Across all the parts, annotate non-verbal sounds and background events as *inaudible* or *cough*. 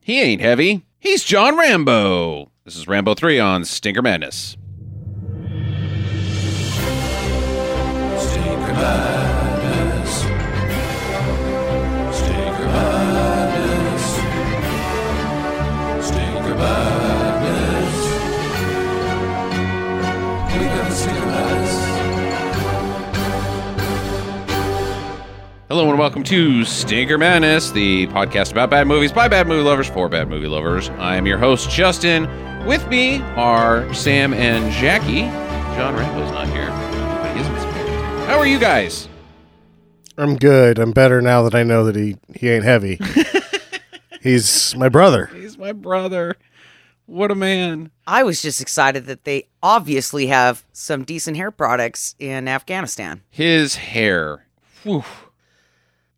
He ain't heavy. He's John Rambo. This is Rambo 3 on Stinker Madness. Stinker Madness. Stinker Madness. Stinker Madness. We got the Stinker Madness. Hello and welcome to Stinker Madness, the podcast about bad movies by bad movie lovers for bad movie lovers. I am your host, Justin. With me are Sam and Jackie. John Rambo's not here, but he is in this movie. How are you guys? I'm good. I'm better now that I know that he he ain't heavy. He's my brother. He's my brother. What a man. I was just excited that they obviously have some decent hair products in Afghanistan. His hair. Whew.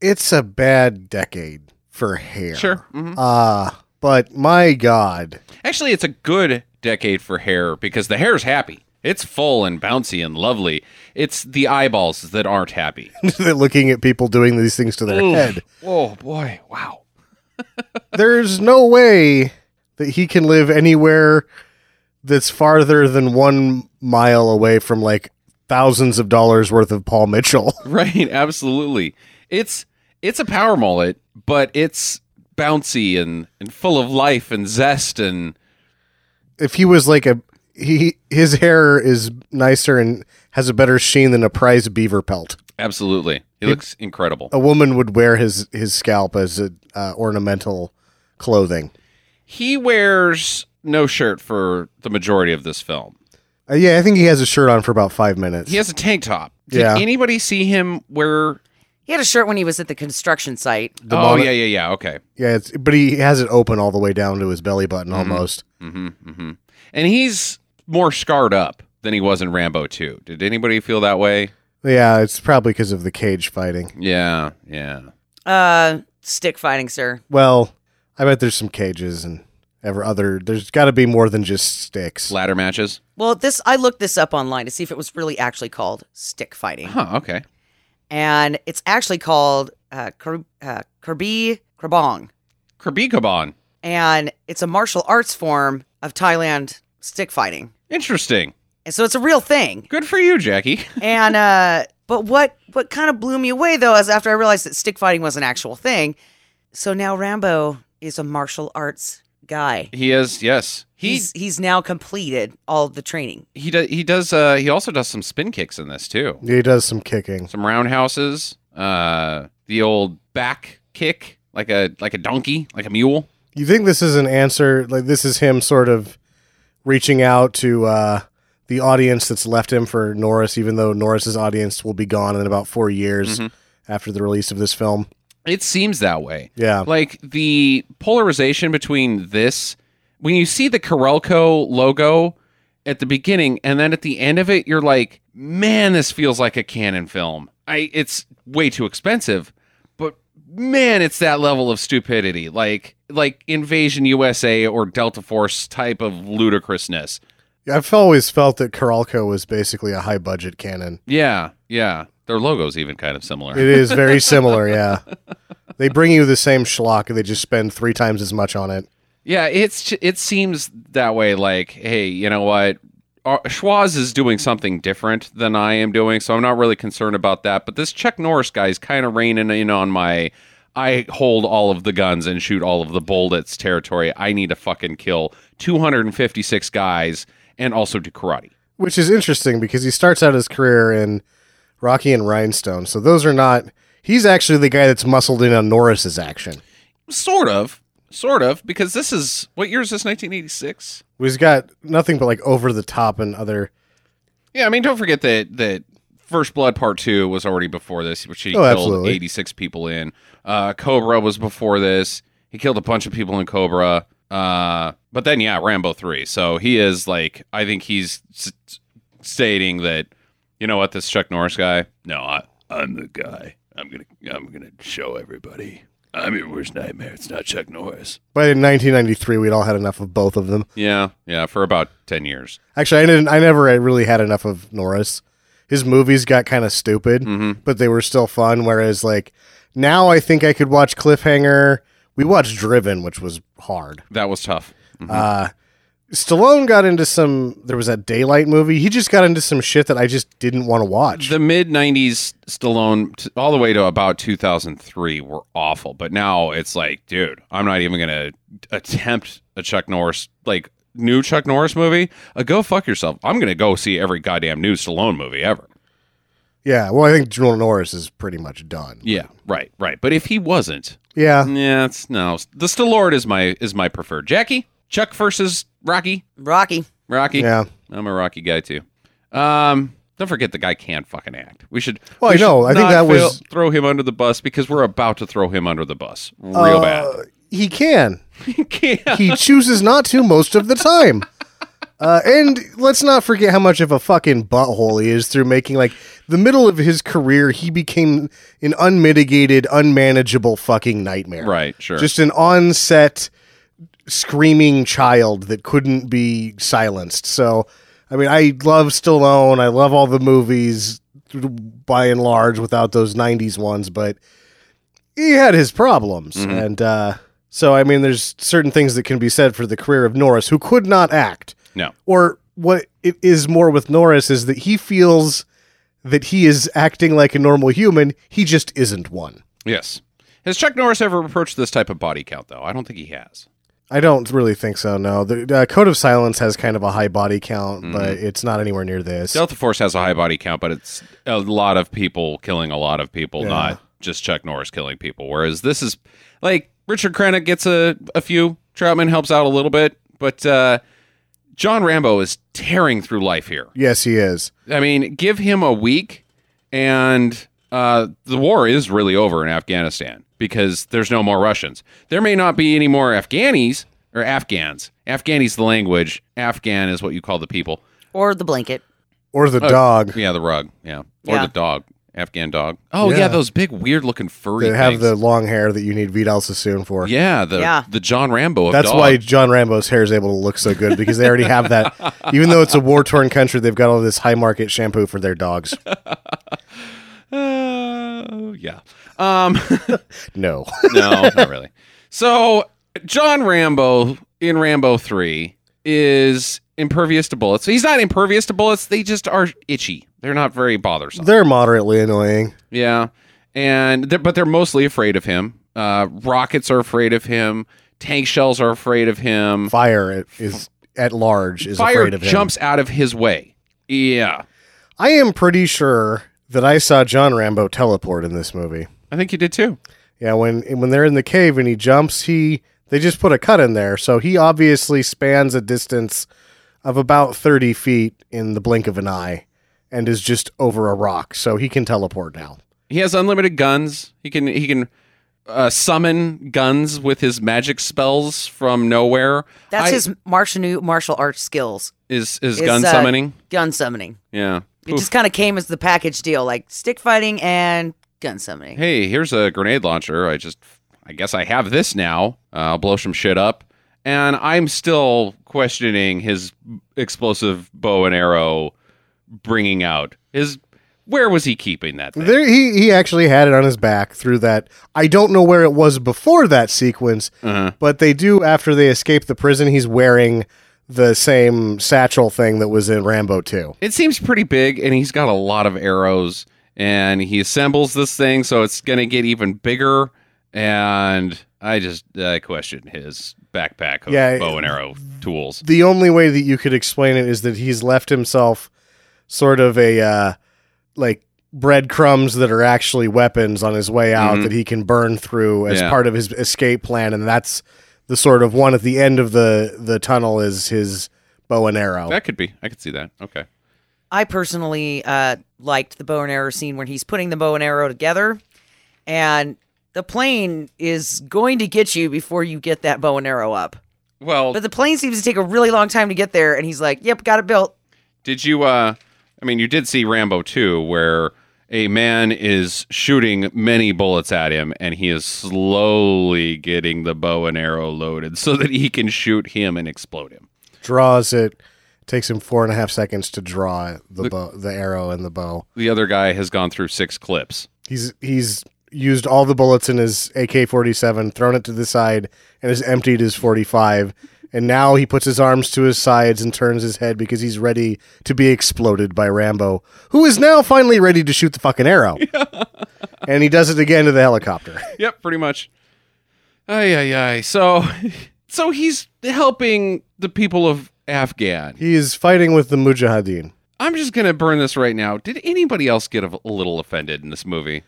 It's a bad decade for hair. Sure. hmm Uh but my god. *laughs* Actually, it's a good decade for hair because the hair's happy. It's full and bouncy and lovely. It's the eyeballs that aren't happy. They're looking at people doing these things to their Oof. head. *laughs* Oh boy! Wow. There's no way that he can live anywhere that's farther than 1 mile away from like thousands of dollars worth of Paul Mitchell. *laughs* Right. Absolutely. It's it's a power mullet, but it's bouncy and and full of life and zest and if he was like a he his hair is nicer and has a better sheen than a prize beaver pelt. absolutely. He looks incredible. A woman would wear his his scalp as a, uh, ornamental clothing. He wears no shirt for the majority of this film. Uh, yeah, I think he has a shirt on for about five minutes. He has a tank top. Did Yeah. anybody see him wear? He had a shirt when he was at the construction site. oh mono- yeah, yeah, yeah. Okay. Yeah, it's, but he has it open all the way down to his belly button almost. hmm hmm And he's more scarred up than he was in Rambo 2. Did anybody feel that way? Yeah, it's probably because of the cage fighting. Yeah, yeah. Uh, stick fighting, sir. Well, I bet there's some cages and ever other. There's got to be more than just sticks. Ladder matches. Well, this I looked this up online to see if it was really actually called stick fighting, Huh. Okay. and it's actually called uh, Kar- uh, Karbi Krabong, Kirby Kaban. and it's a martial arts form of Thailand stick fighting. Interesting. And so it's a real thing. Good for you, Jackie. *laughs* and uh but what what kind of blew me away though is after i realized that stick fighting was an actual thing so now rambo is a martial arts guy He is. Yes. He he's he's now completed all of the training he does. He does. Uh, he also does some spin kicks in this too. He does some kicking. Some roundhouses. Uh, the old back kick, like a like a donkey, like a mule. You think this is an answer? Like this is him sort of reaching out to uh, the audience that's left him for Norris, even though Norris's audience will be gone in about four years after the release of this film. It seems that way. Yeah, like the polarization between this when you see the Corelco logo at the beginning and then at the end of it you're like man this feels like a canon film i it's way too expensive but man it's that level of stupidity like like invasion usa or delta force type of ludicrousness I've always felt that Caralco was basically a high budget canon. yeah yeah their logo's even kind of It similar is very similar. Yeah, they bring you the same schlock and they just spend three times as much on it. Yeah, it's it seems that way. Like, hey, you know what? Uh, Schwaz is doing something different than I am doing, so I'm not really concerned about that. But this Chuck Norris guy is kind of reining in on my. I hold all of the guns and shoot all of the bullets territory. I need to fucking kill 256 guys and also do karate. which is interesting because he starts out his career in Rocky and Rhinestone. So those are not. He's actually the guy that's muscled in on Norris's action. Sort of, sort of, because this is what year is this? 1986. He's got nothing but like over the top and other. Yeah, I mean, don't forget that that First Blood Part Two was already before this, which he Oh, killed absolutely. eighty six people in. Uh, Cobra was before this. He killed a bunch of people in Cobra. Uh, but then yeah, Rambo three. So he is like, I think he's s- stating that, you know what, this Chuck Norris guy. No, I, I'm the guy. I'm gonna I'm gonna show everybody. I'm your worst nightmare. It's not Chuck Norris. But in 1993, we'd all had enough of both of them. yeah, yeah, for about ten years. Actually, I didn't. I never really had enough of Norris. His movies got kind of Hmm. Mm-hmm. stupid, but they were still fun. Whereas, like now, I think I could watch Cliffhanger, we watched Driven, which was hard. That was tough. Mhm. Uh, Stallone got into some. There was that Daylight movie. He just got into some shit that I just didn't want to watch. the mid 90s Stallone t- all the way to about 2003 were awful, but now it's like, dude, I'm not even going to attempt a Chuck Norris like new Chuck Norris movie. Uh, go fuck yourself. I'm going to go see every goddamn new Stallone movie ever. yeah, well, I think Juno Norris is pretty much done. Yeah, right, right. But if he wasn't, Yeah, yeah, it's no. The Stallord is my is my preferred. Jackie, Chuck versus Rocky. Rocky. Rocky. yeah. I'm a Rocky guy too. Um, don't forget the guy can't fucking act. We should. Well, we I know. should I think not that fail- was- throw him under the bus because we're about to throw him under the bus real Uh, He can. bad. Can't. He chooses not to most of the time. Uh, and let's not forget how much of a fucking butthole he is through making like the middle of his career. He became an unmitigated, unmanageable fucking nightmare. Right. Sure. just an onset screaming child that couldn't be silenced. So, I mean, I love Stallone. I love all the movies by and large without those 90s ones, but he had his problems. Mm-hmm. And uh, so, I mean, there's certain things that can be said for the career of Norris, who could not act. No. Or what it is more with Norris is that he feels that he is acting like a normal human. He just isn't one. yes. Has Chuck Norris ever approached this type of body count though? I don't think he has. I don't really think so. No, the uh, Code of Silence has kind of a high body count, Mm-hmm. but it's not anywhere near this. Delta Force has a high body count, but it's a lot of people killing a lot of people, Yeah. not just Chuck Norris killing people. Whereas this is like Richard Crenna gets a, a few, Troutman helps out a little bit, but uh, John Rambo is tearing through life here. Yes, he is. I mean, give him a week, and uh, the war is really over in Afghanistan because there's no more Russians. There may not be any more Afghanis or Afghans. Afghani's the language. Afghan is what you call the people. Or the blanket. Or Oh, the dog. Yeah, the rug. Yeah, or Yeah. the dog, Afghan dog. Oh yeah, Yeah. those big, weird-looking furry. They have things. the long hair that you need Vidal Sassoon for. yeah, the Yeah. the John Rambo. Of That's dog. why John Rambo's hair is able to look so good because they already *laughs* have that. Even though it's a war torn country, they've got all this high market shampoo for their dogs. Uh, yeah. Um. No. *laughs* no, not really. So John Rambo in Rambo Three is impervious to bullets. He's not impervious to bullets. They just are itchy. They're not very bothersome. They're moderately annoying. yeah, and they're, but they're mostly afraid of him. Uh, rockets are afraid of him. Tank shells are afraid of him. Fire is at large is Fire afraid of him. jumps out of his way. Yeah, I am pretty sure that I saw John Rambo teleport in this movie. I think you did too. Yeah, when when they're in the cave and he jumps, he they just put a cut in there, so he obviously spans a distance of about thirty feet in the blink of an eye, and is just over a rock, so he can teleport now. He has unlimited guns. He can he can uh, summon guns with his magic spells from nowhere. That's I- his martial new martial arts skills. is is It's, gun uh, summoning. Gun summoning. Yeah. It Oof. just kind of came as the package deal, like stick fighting and gun summoning. hey, here's a grenade launcher. I just, I guess I have this now. Uh, I'll blow some shit up. And I'm still questioning his explosive bow and arrow bringing out his. Where was he keeping that? Thing? There, he he actually had it on his back through that. I don't know where it was before that sequence, Uh-huh. but they do after they escape the prison. He's wearing the same satchel thing that was in Rambo Two. It seems pretty big, and he's got a lot of arrows. And he assembles this thing, so it's going to get even bigger. And I just I question his backpack of Yeah, bow and arrow tools. the only way that you could explain it is that he's left himself sort of a uh, like breadcrumbs that are actually weapons on his way out Mhm. that he can burn through as Yeah. part of his escape plan, and that's the sort of one at the end of the the tunnel is his bow and Oh. arrow. That could be. I could see that. Okay. I personally uh, liked the bow and arrow scene when he's putting the bow and arrow together, and the plane is going to get you before you get that bow and arrow up. Well, But the plane seems to take a really long time to get there, and he's like, "Yep, got it built." Did you? uh I mean, you did see Rambo 2, where a man is shooting many bullets at him, and he is slowly getting the bow and arrow loaded so that he can shoot him and explode him. Draws it. Takes him four and a half seconds to draw the bow, the arrow and the bow. The other guy has gone through six clips. He's he's used all the bullets in his AK 47, thrown it to the side, and has emptied his 45. And now he puts his arms to his sides and turns his head because he's ready to be exploded by Rambo, who is now finally ready to shoot the fucking arrow. and he does it again to the helicopter. yep, pretty much. Ay ay ay. So, *laughs* so he's helping the people of Afghan. He is fighting with the Mujahideen. I'm just gonna burn this right now. Did anybody else get a, a little offended in this movie?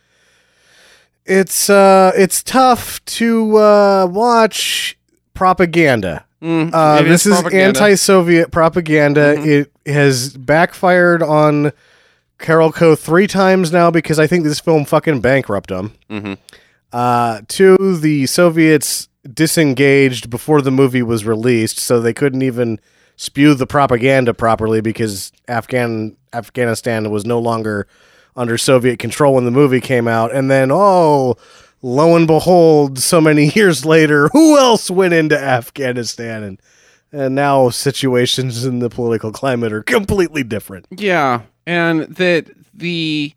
It's uh, it's tough to uh, watch propaganda. Mm, Uh, it this is, propaganda. Mm-hmm. anti-Soviet propaganda. It has backfired on Carolco three times now because I think this film fucking bankrupted them. Mhm. Uh, two, the Soviets disengaged before the movie was released, so they couldn't even spew the propaganda properly because Afghan Afghanistan was no longer under Soviet control when the movie came out. And then, oh, lo and behold, so many *laughs* years later, who else went into Afghanistan? And and now situations in the political climate are completely different. Yeah, and that the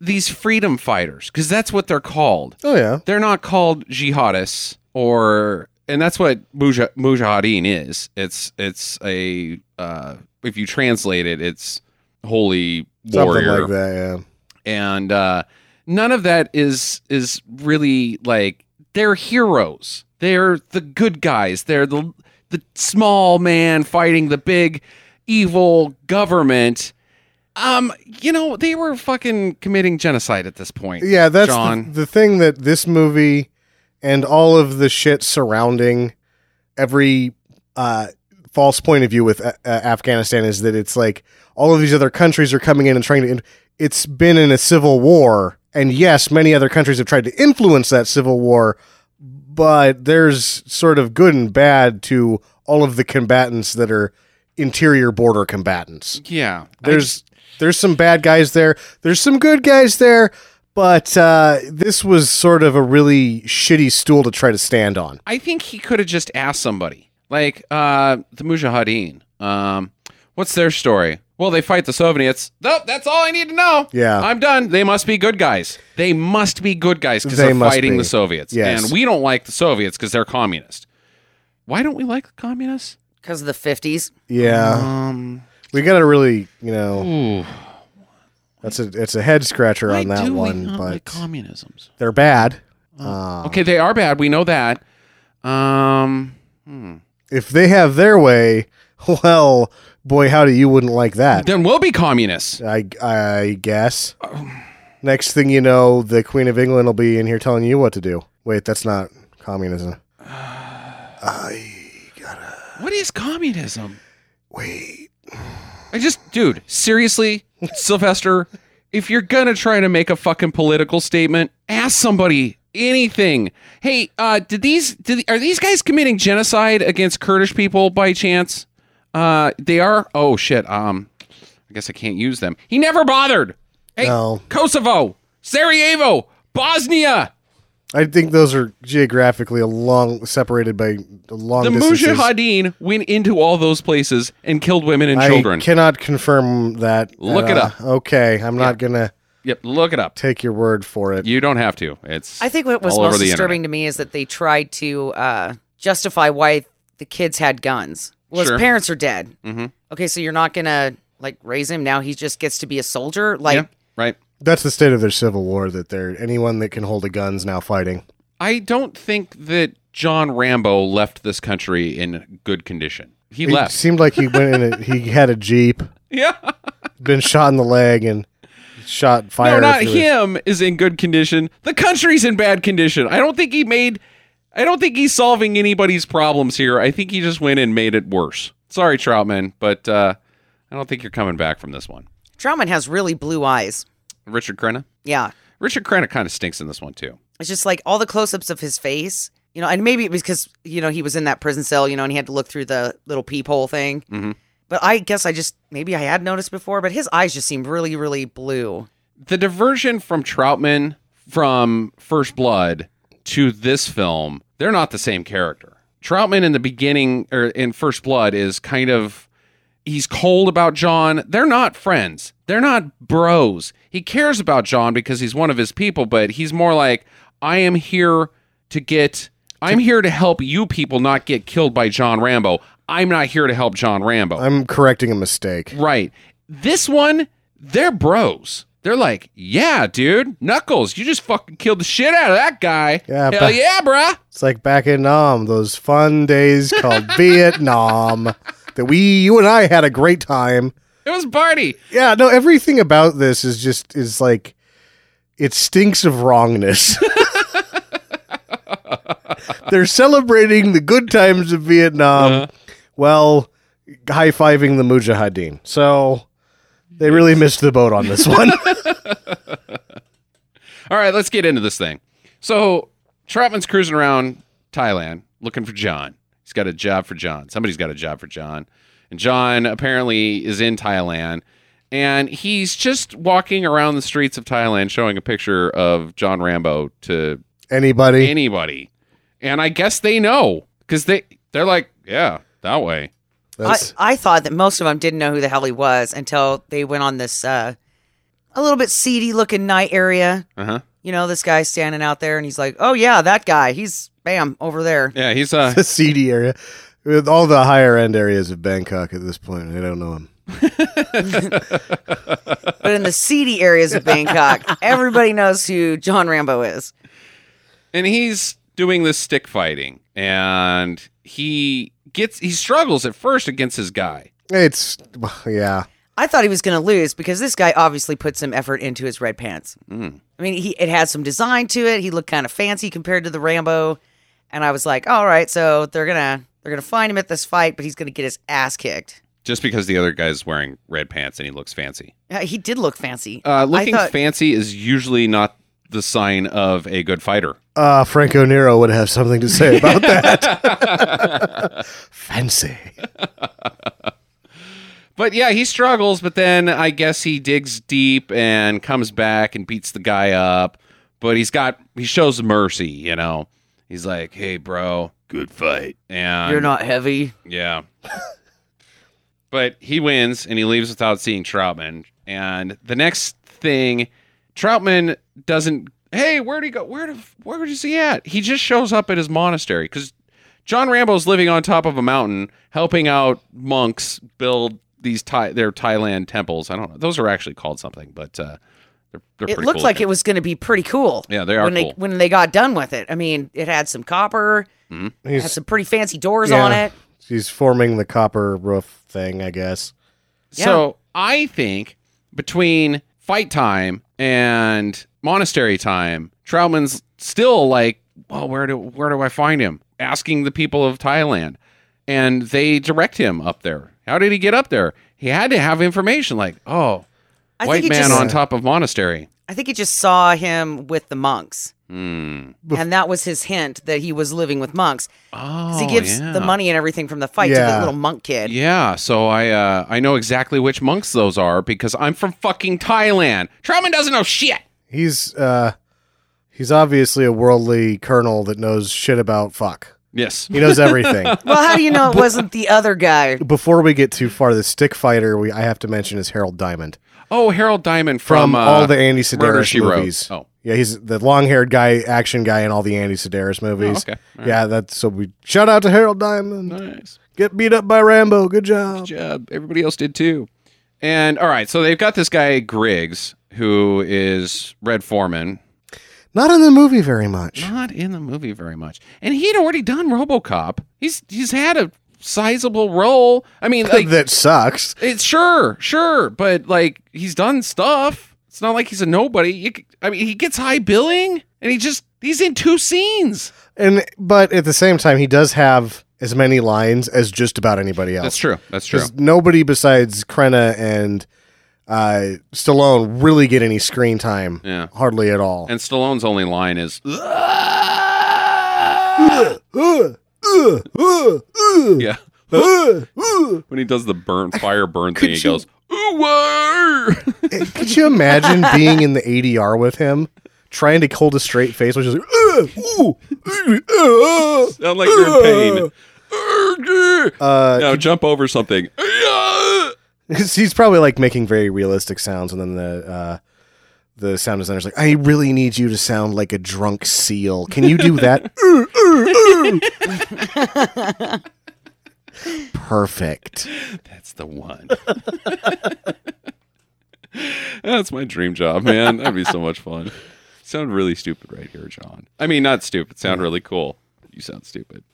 these freedom fighters, because that's what they're called. Oh yeah, They're not called jihadists or, and that's what muja, mujahideen is. It's it's a uh, if you translate it, it's holy warrior, something like that. Yeah. and uh, none of that is is really like they're heroes. They're the good guys. They're the the small man fighting the big evil government. Um, you know, they were fucking committing genocide at this point. Yeah, that's the, John. the thing that this movie and all of the shit surrounding every uh, false point of view with uh, uh, Afghanistan is that it's like all of these other countries are coming in and trying to. In- it's been in a civil war, and yes, many other countries have tried to influence that civil war, but there's sort of good and bad to all of the combatants that are interior border combatants. Yeah. I There's there's some bad guys there. There's some good guys there, but uh, this was sort of a really shitty stool to try to stand on. I think he could have just asked somebody, like uh, the Mujahideen. Um, what's their story? Well, they fight the Soviets. Nope, that's all I need to know. Yeah. I'm done. They must be good guys. They must be good guys because They they are must fighting be. the Soviets. Yes. And we don't like the Soviets because they're communist. Why don't we like the communists? because of the 50s. Yeah, Um, we got to really, you know, ooh, that's a it's a head scratcher why on that do we one, not like but communisms? they're bad. Uh, Okay, they are bad. We know that. Um, hmm. If they have their way, *laughs* well, boy, howdy, you wouldn't like that. Then we'll be communists. I I guess. Next thing you know, the Queen of England will be in here telling you what to do. Wait, that's not communism. What is communism? Wait. I just, dude, seriously, Sylvester, if you're gonna try to make a fucking political statement, ask somebody anything. Hey, uh, did these did are these guys committing genocide against Kurdish people by chance? Uh, they are. Oh shit. Um, I guess I can't use them. He never bothered. Hey, No. Kosovo, Sarajevo, Bosnia. I think those are geographically a long separated by a long The distances. Mujahideen went into all those places and killed women and I children. cannot confirm that. Look it up. Okay, I'm not gonna Yep, look it up. take your word for it. You don't have to. It's I think what was all over most the internet. disturbing to me is that they tried to uh, justify why the kids had guns. Well, Sure. his parents are dead. Mhm. Okay, so you're not gonna like raise him now. He just gets to be a soldier. Like, yeah, right. That's the state of their civil war that they're anyone that can hold a gun's now fighting. I don't think that John Rambo left this country in good condition. He It left. seemed like he went in. A, he had a jeep, *laughs* Yeah. *laughs* been shot in the leg, and shot No, fire. not through his- him is in good condition. The country's in bad condition. I don't think he made I don't think he's solving anybody's problems here. I think he just went and made it worse. Sorry, Troutman, but uh, I don't think you're coming back from this one. Trauman has really blue eyes. Richard Crenna? Yeah, Richard Crenna kind of stinks in this one too. it's just like all the close-ups of his face. You know, and maybe it was because you know he was in that prison cell. You know, and he had to look through the little peephole thing. Mhm. But I guess I just maybe I had noticed before, but his eyes just seemed really, really blue. the diversion from Troutman from First Blood to this film, they're not the same character. Troutman in the beginning or in First Blood is kind of he's cold about John. They're not friends. They're not bros. He cares about John because he's one of his people, but he's more like, I am here to get I'm here to help you people not get killed by John Rambo. I'm not here to help John Rambo. I'm correcting a mistake. Right. This one, they're bros. They're like, yeah, dude, Knuckles, you just fucking killed the shit out of that guy. Yeah, Hell but- yeah, bruh. It's like back in Nam, those fun days called *laughs* Vietnam that we, you and I had a great time. It was a party. Yeah, no, everything about this is just, is like, it stinks of wrongness. *laughs* They're celebrating the good times of Vietnam while high fiving the Mujahideen. So they really missed the boat on this one. All right, let's get into this thing. So Trotman's cruising around Thailand looking for John. He's got a job for John. Somebody's got a job for John. And John apparently is in Thailand. And he's just walking around the streets of Thailand showing a picture of John Rambo to Anybody? anybody. And I guess they know because they, they're like, yeah, that way. I, That's- I thought that most of them didn't know who the hell he was until they went on this uh, a little bit seedy looking night area. Uh huh. You know, this guy standing out there and he's like, oh, yeah, that guy. He's bam over there. Yeah, he's *laughs* uh, the seedy area. With all the higher end areas of Bangkok at this point, I don't know him. But in the seedy areas of Bangkok, everybody knows who John Rambo is. and he's doing this stick fighting and he gets he struggles at first against his guy It's yeah. I thought he was going to lose because this guy obviously put some effort into his red pants. Hmm. I mean, he it had some design to it. He looked kind of fancy compared to the Rambo, and I was like, all right, so they're gonna they're gonna find him at this fight, but he's gonna get his ass kicked. just because the other guy's wearing red pants and he looks fancy Uh, He did look fancy. uh, looking I thought, fancy is usually not the sign of a good fighter Uh, Franco Nero would have something to say about that. Fancy. but yeah he struggles but then i guess he digs deep and comes back and beats the guy up but he's got he shows mercy you know he's like hey bro Good fight. and you're not heavy. Yeah. but he wins and he leaves without seeing Troutman. And the next thing, Troutman doesn't. Hey, where'd he go? Where the, where is he at? He just shows up at his monastery because John Rambo's living on top of a mountain, helping out monks build these Thai, their Thailand temples. I don't know; those are actually called something, but uh, they're, they're It pretty looked cool like looking. it was gonna be pretty cool. Yeah, they are when cool. they when they got done with it. I mean, it had some copper, had He's some pretty fancy doors Yeah. on it. he's forming the copper roof thing, I guess. So I think between fight time and monastery time, Troutman's still like, well, where do where do I find him? Asking the people of Thailand, and they direct him up there. How did he get up there? He had to have information like, oh, I think white he man just- on top of monastery. I think he just saw him with the monks. Hmm. and that was his hint that he was living with monks. 'Cause Oh, he gives yeah. the money and everything from the fight to Yeah. the little monk kid. Yeah, so I uh, I know exactly which monks those are because I'm from fucking Thailand. Troutman doesn't know shit. He's uh, he's obviously a worldly colonel that knows shit about fuck. Yes. He knows everything. Well, how do you know it wasn't the *laughs* other guy? Before we get too far, the stick fighter we I have to mention is Harold Diamond Oh, Harold Diamond from from, uh, all the Andy Murder, Sedaris She Wrote. movies. Oh. yeah, he's the long-haired guy, action guy in all the Andy Sedaris movies. Oh, okay. All Yeah, that's so we shout out to Harold Diamond. Nice. Get beat up by Rambo. Good job. Good job. Everybody else did too. And all right, so they've got this guy Griggs, who is Red Foreman, Not in the movie very much. not in the movie very much, and he'd already done RoboCop. He's he's had a sizable role. I mean, like that sucks. it's sure, sure, but like he's done stuff. It's not like he's a nobody. You, c- I mean, he gets high billing, and he just he's in two scenes. And but at the same time, he does have as many lines as just about anybody else. That's true. That's true. 'Cause Nobody besides Krenna and uh, Stallone really get any screen time. Yeah. Hardly at all. And Stallone's only line is, Uh, uh, uh, uh, *laughs* yeah. uh, uh. when he does the burn fire burn thing, he goes, ooh, *laughs* wah." Eh, Could you imagine being in the ADR with him, trying to hold a straight face, which is like, uh, ooh, uh, *laughs* uh. sound like you're in pain. no, Uh, jump over something. He's probably like making very realistic sounds, and then the uh, the sound designer's like, "I really need you to sound like a drunk seal. Can you do that?" "Uh, uh, uh." Perfect. That's the one. *laughs* That's my dream job, man. That'd be so much fun. Sound really stupid right here, John. I mean, not stupid. Sound really cool. You sound stupid.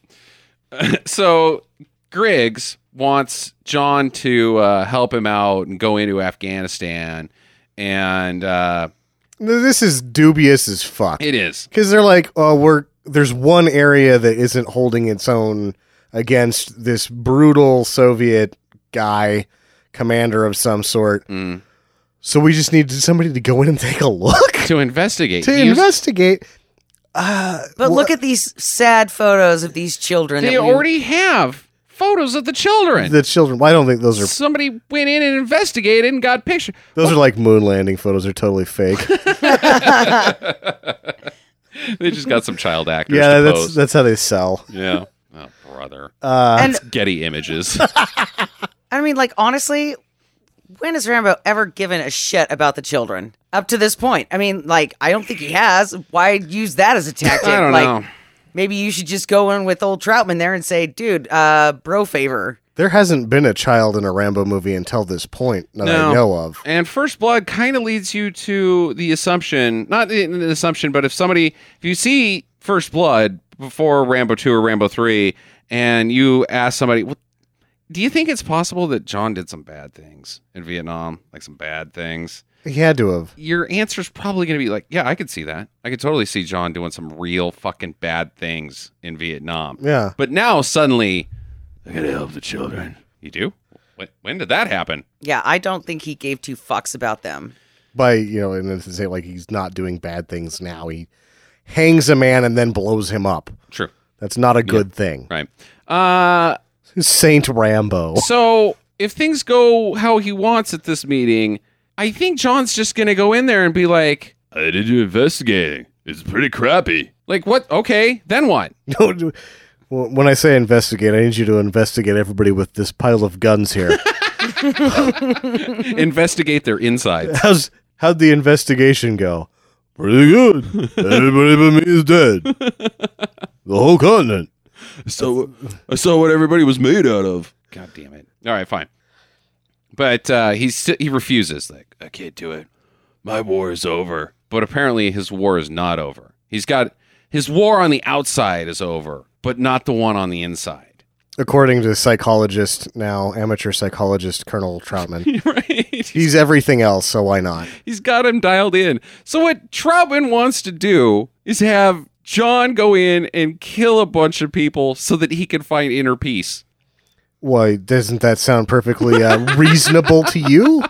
*laughs* so Griggs wants John to uh, help him out and go into Afghanistan, and uh, This is dubious as fuck. it is Because they're like, oh, we're there's one area that isn't holding its own against this brutal Soviet guy, commander of some sort. mm, So we just need somebody to go in and take a look to investigate. to He was- investigate. Uh, But wha- look at these sad photos of these children. they that we- already have photos of the children. the children. Well, I don't think those are Somebody went in and investigated and got pictures. those are like moon landing photos. Are totally fake. *laughs* They just got some *laughs* child actors. yeah, to that's pose. that's how they sell. yeah. Oh, brother. Uh, and Getty *laughs* Images. I mean, like honestly, when has Rambo ever given a shit about the children up to this point? I mean, like I don't think he has. Why use *laughs* that as a tactic? I don't like, know. Maybe you should just go in with old Troutman there and say, "Dude, uh, bro favor." there hasn't been a child in a Rambo movie until this point that No. I know of. And first blood kind of leads you to the assumption, not the- an assumption, but if somebody, if you see first blood before Rambo 2 or Rambo 3, and you ask somebody, "What- do you think it's possible that John did some bad things in Vietnam, like some bad things? He had to have. Your answer's probably going to be like, yeah, I could see that. I could totally see John doing some real fucking bad things in Vietnam. Yeah. But now suddenly, I gotta help the children. you do? When, when did that happen? Yeah, I don't think he gave two fucks about them. by you know, and then to say like he's not doing bad things now. He hangs a man and then blows him up. True. That's not a good thing. Right. Uh, Saint Rambo. *laughs* So if things go how he wants at this meeting, I think John's just gonna go in there and be like, I did your investigating. It's pretty crappy. like what? Okay, then what? No, no. Well, when I say investigate, I need you to investigate everybody with this pile of guns here. Investigate their insides. How's how'd the investigation go? Pretty good. Everybody but me is dead. The whole continent. So I saw what everybody was made out of. God damn it! All right, fine. But uh, he's sti- he refuses. Like, I can't do it. My war is over. but apparently his war is not over. He's got his war on the outside is over, but not the one on the inside. *laughs* According to psychologist now, amateur psychologist Colonel Troutman. right. He's everything else, so why not? He's got him dialed in. So what Troutman wants to do is have John go in and kill a bunch of people so that he can find inner peace. Why doesn't that sound perfectly uh, reasonable to you?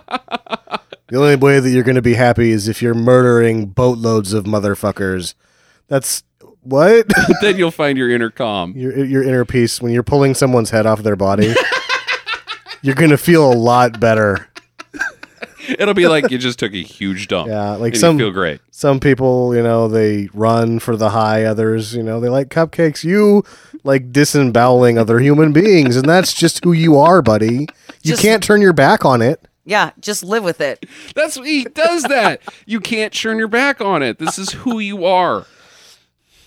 The only way that you're going to be happy is if you're murdering boatloads of motherfuckers. That's what *laughs* then you'll find your inner calm. your your inner peace when you're pulling someone's head off their body. *laughs* you're going to feel a lot better. It'll be like you just took a huge dump. Yeah, like and you some- feel great. Some people, you know, they run for the high. Others, you know, they like cupcakes. You like disemboweling other human beings, and that's just who you are, buddy. You Just- can't turn your back on it. Yeah, just live with it. That's he does that. you can't turn your back on it. This is who you are.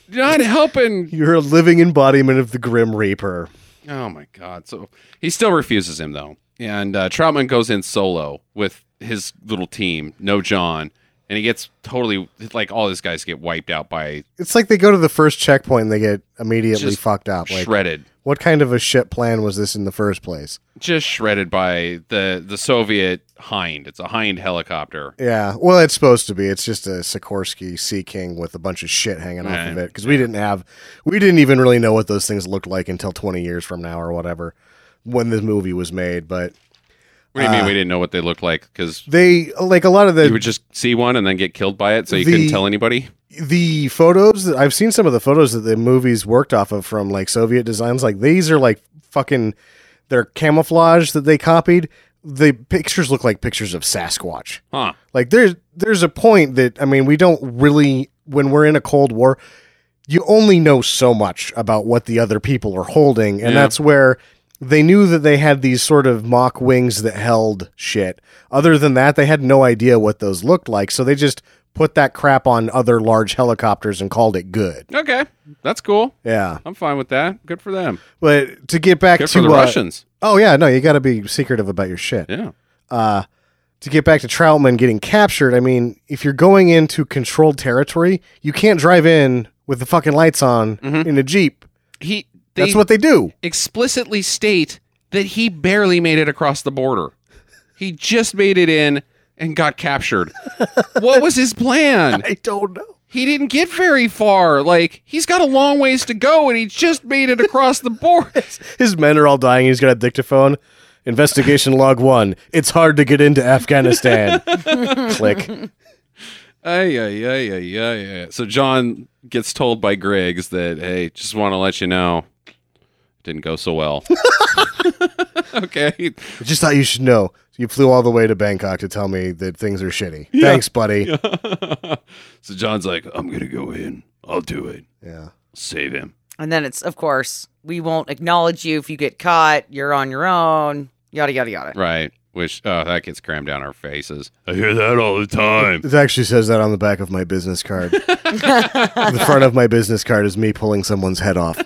You're Not helping. You're a living embodiment of the Grim Reaper. Oh my god! So he still refuses him though, and uh, Troutman goes in solo with his little team, no John, and he gets totally like all his guys get wiped out by It's like they go to the first checkpoint and they get immediately Just fucked up. Like, shredded, what kind of a shit plan was this in the first place? just shredded by the the Soviet hind. It's a hind helicopter. Yeah. Well, it's supposed to be. It's just a Sikorsky Sea King with a bunch of shit hanging off of Right. it because we didn't have, we didn't even really know what those things looked like until 20 years from now or whatever when this movie was made. But What do you mean Uh, we didn't know what they looked like? Because they, like, a lot of you the would just see one and then get killed by it, so you The- couldn't tell anybody. the photos that I've seen some of the photos that the movies worked off of from like Soviet designs, like these are like fucking their camouflage that they copied. The pictures look like pictures of Sasquatch. Huh? Like there's there's a point that I mean we don't really when we're in a Cold War, you only know so much about what the other people are holding, and Yeah. that's where they knew that they had these sort of mock wings that held shit. Other than that, they had no idea what those looked like, so they just put that crap on other large helicopters and called it good. Okay, that's cool. Yeah. I'm fine with that. Good for them. But to get back Good to for the uh, Russians. Oh yeah, no, you got to be secretive about your shit. Yeah. Uh to get back to Troutman getting captured, I mean, if you're going into controlled territory, you can't drive in with the fucking lights on in a Jeep. He. They That's what they do. explicitly state that he barely made it across the border. He just made it in and got captured. what was his plan? I don't know. He didn't get very far. Like he's got a long ways to go, and he just made it across the border. His men are all dying. He's got a dictaphone. *laughs* Investigation log one. It's hard to get into *laughs* Afghanistan. Click. Ay, ay, ay, ay, ay, ay. So John gets told by Griggs that, hey, just want to let you know, didn't go so well. *laughs* okay. I just thought you should know. You flew all the way to Bangkok to tell me that things are shitty. Thanks, buddy. Yeah. *laughs* so John's like, I'm gonna go in. I'll do it. Save him. And then it's, of course, we won't acknowledge you if you get caught. You're on your own. Yada, yada, yada. right. Which, oh, that gets crammed down our faces. I hear that all the time. *laughs* It actually says that on the back of my business card. the front of my business card is me pulling someone's head off.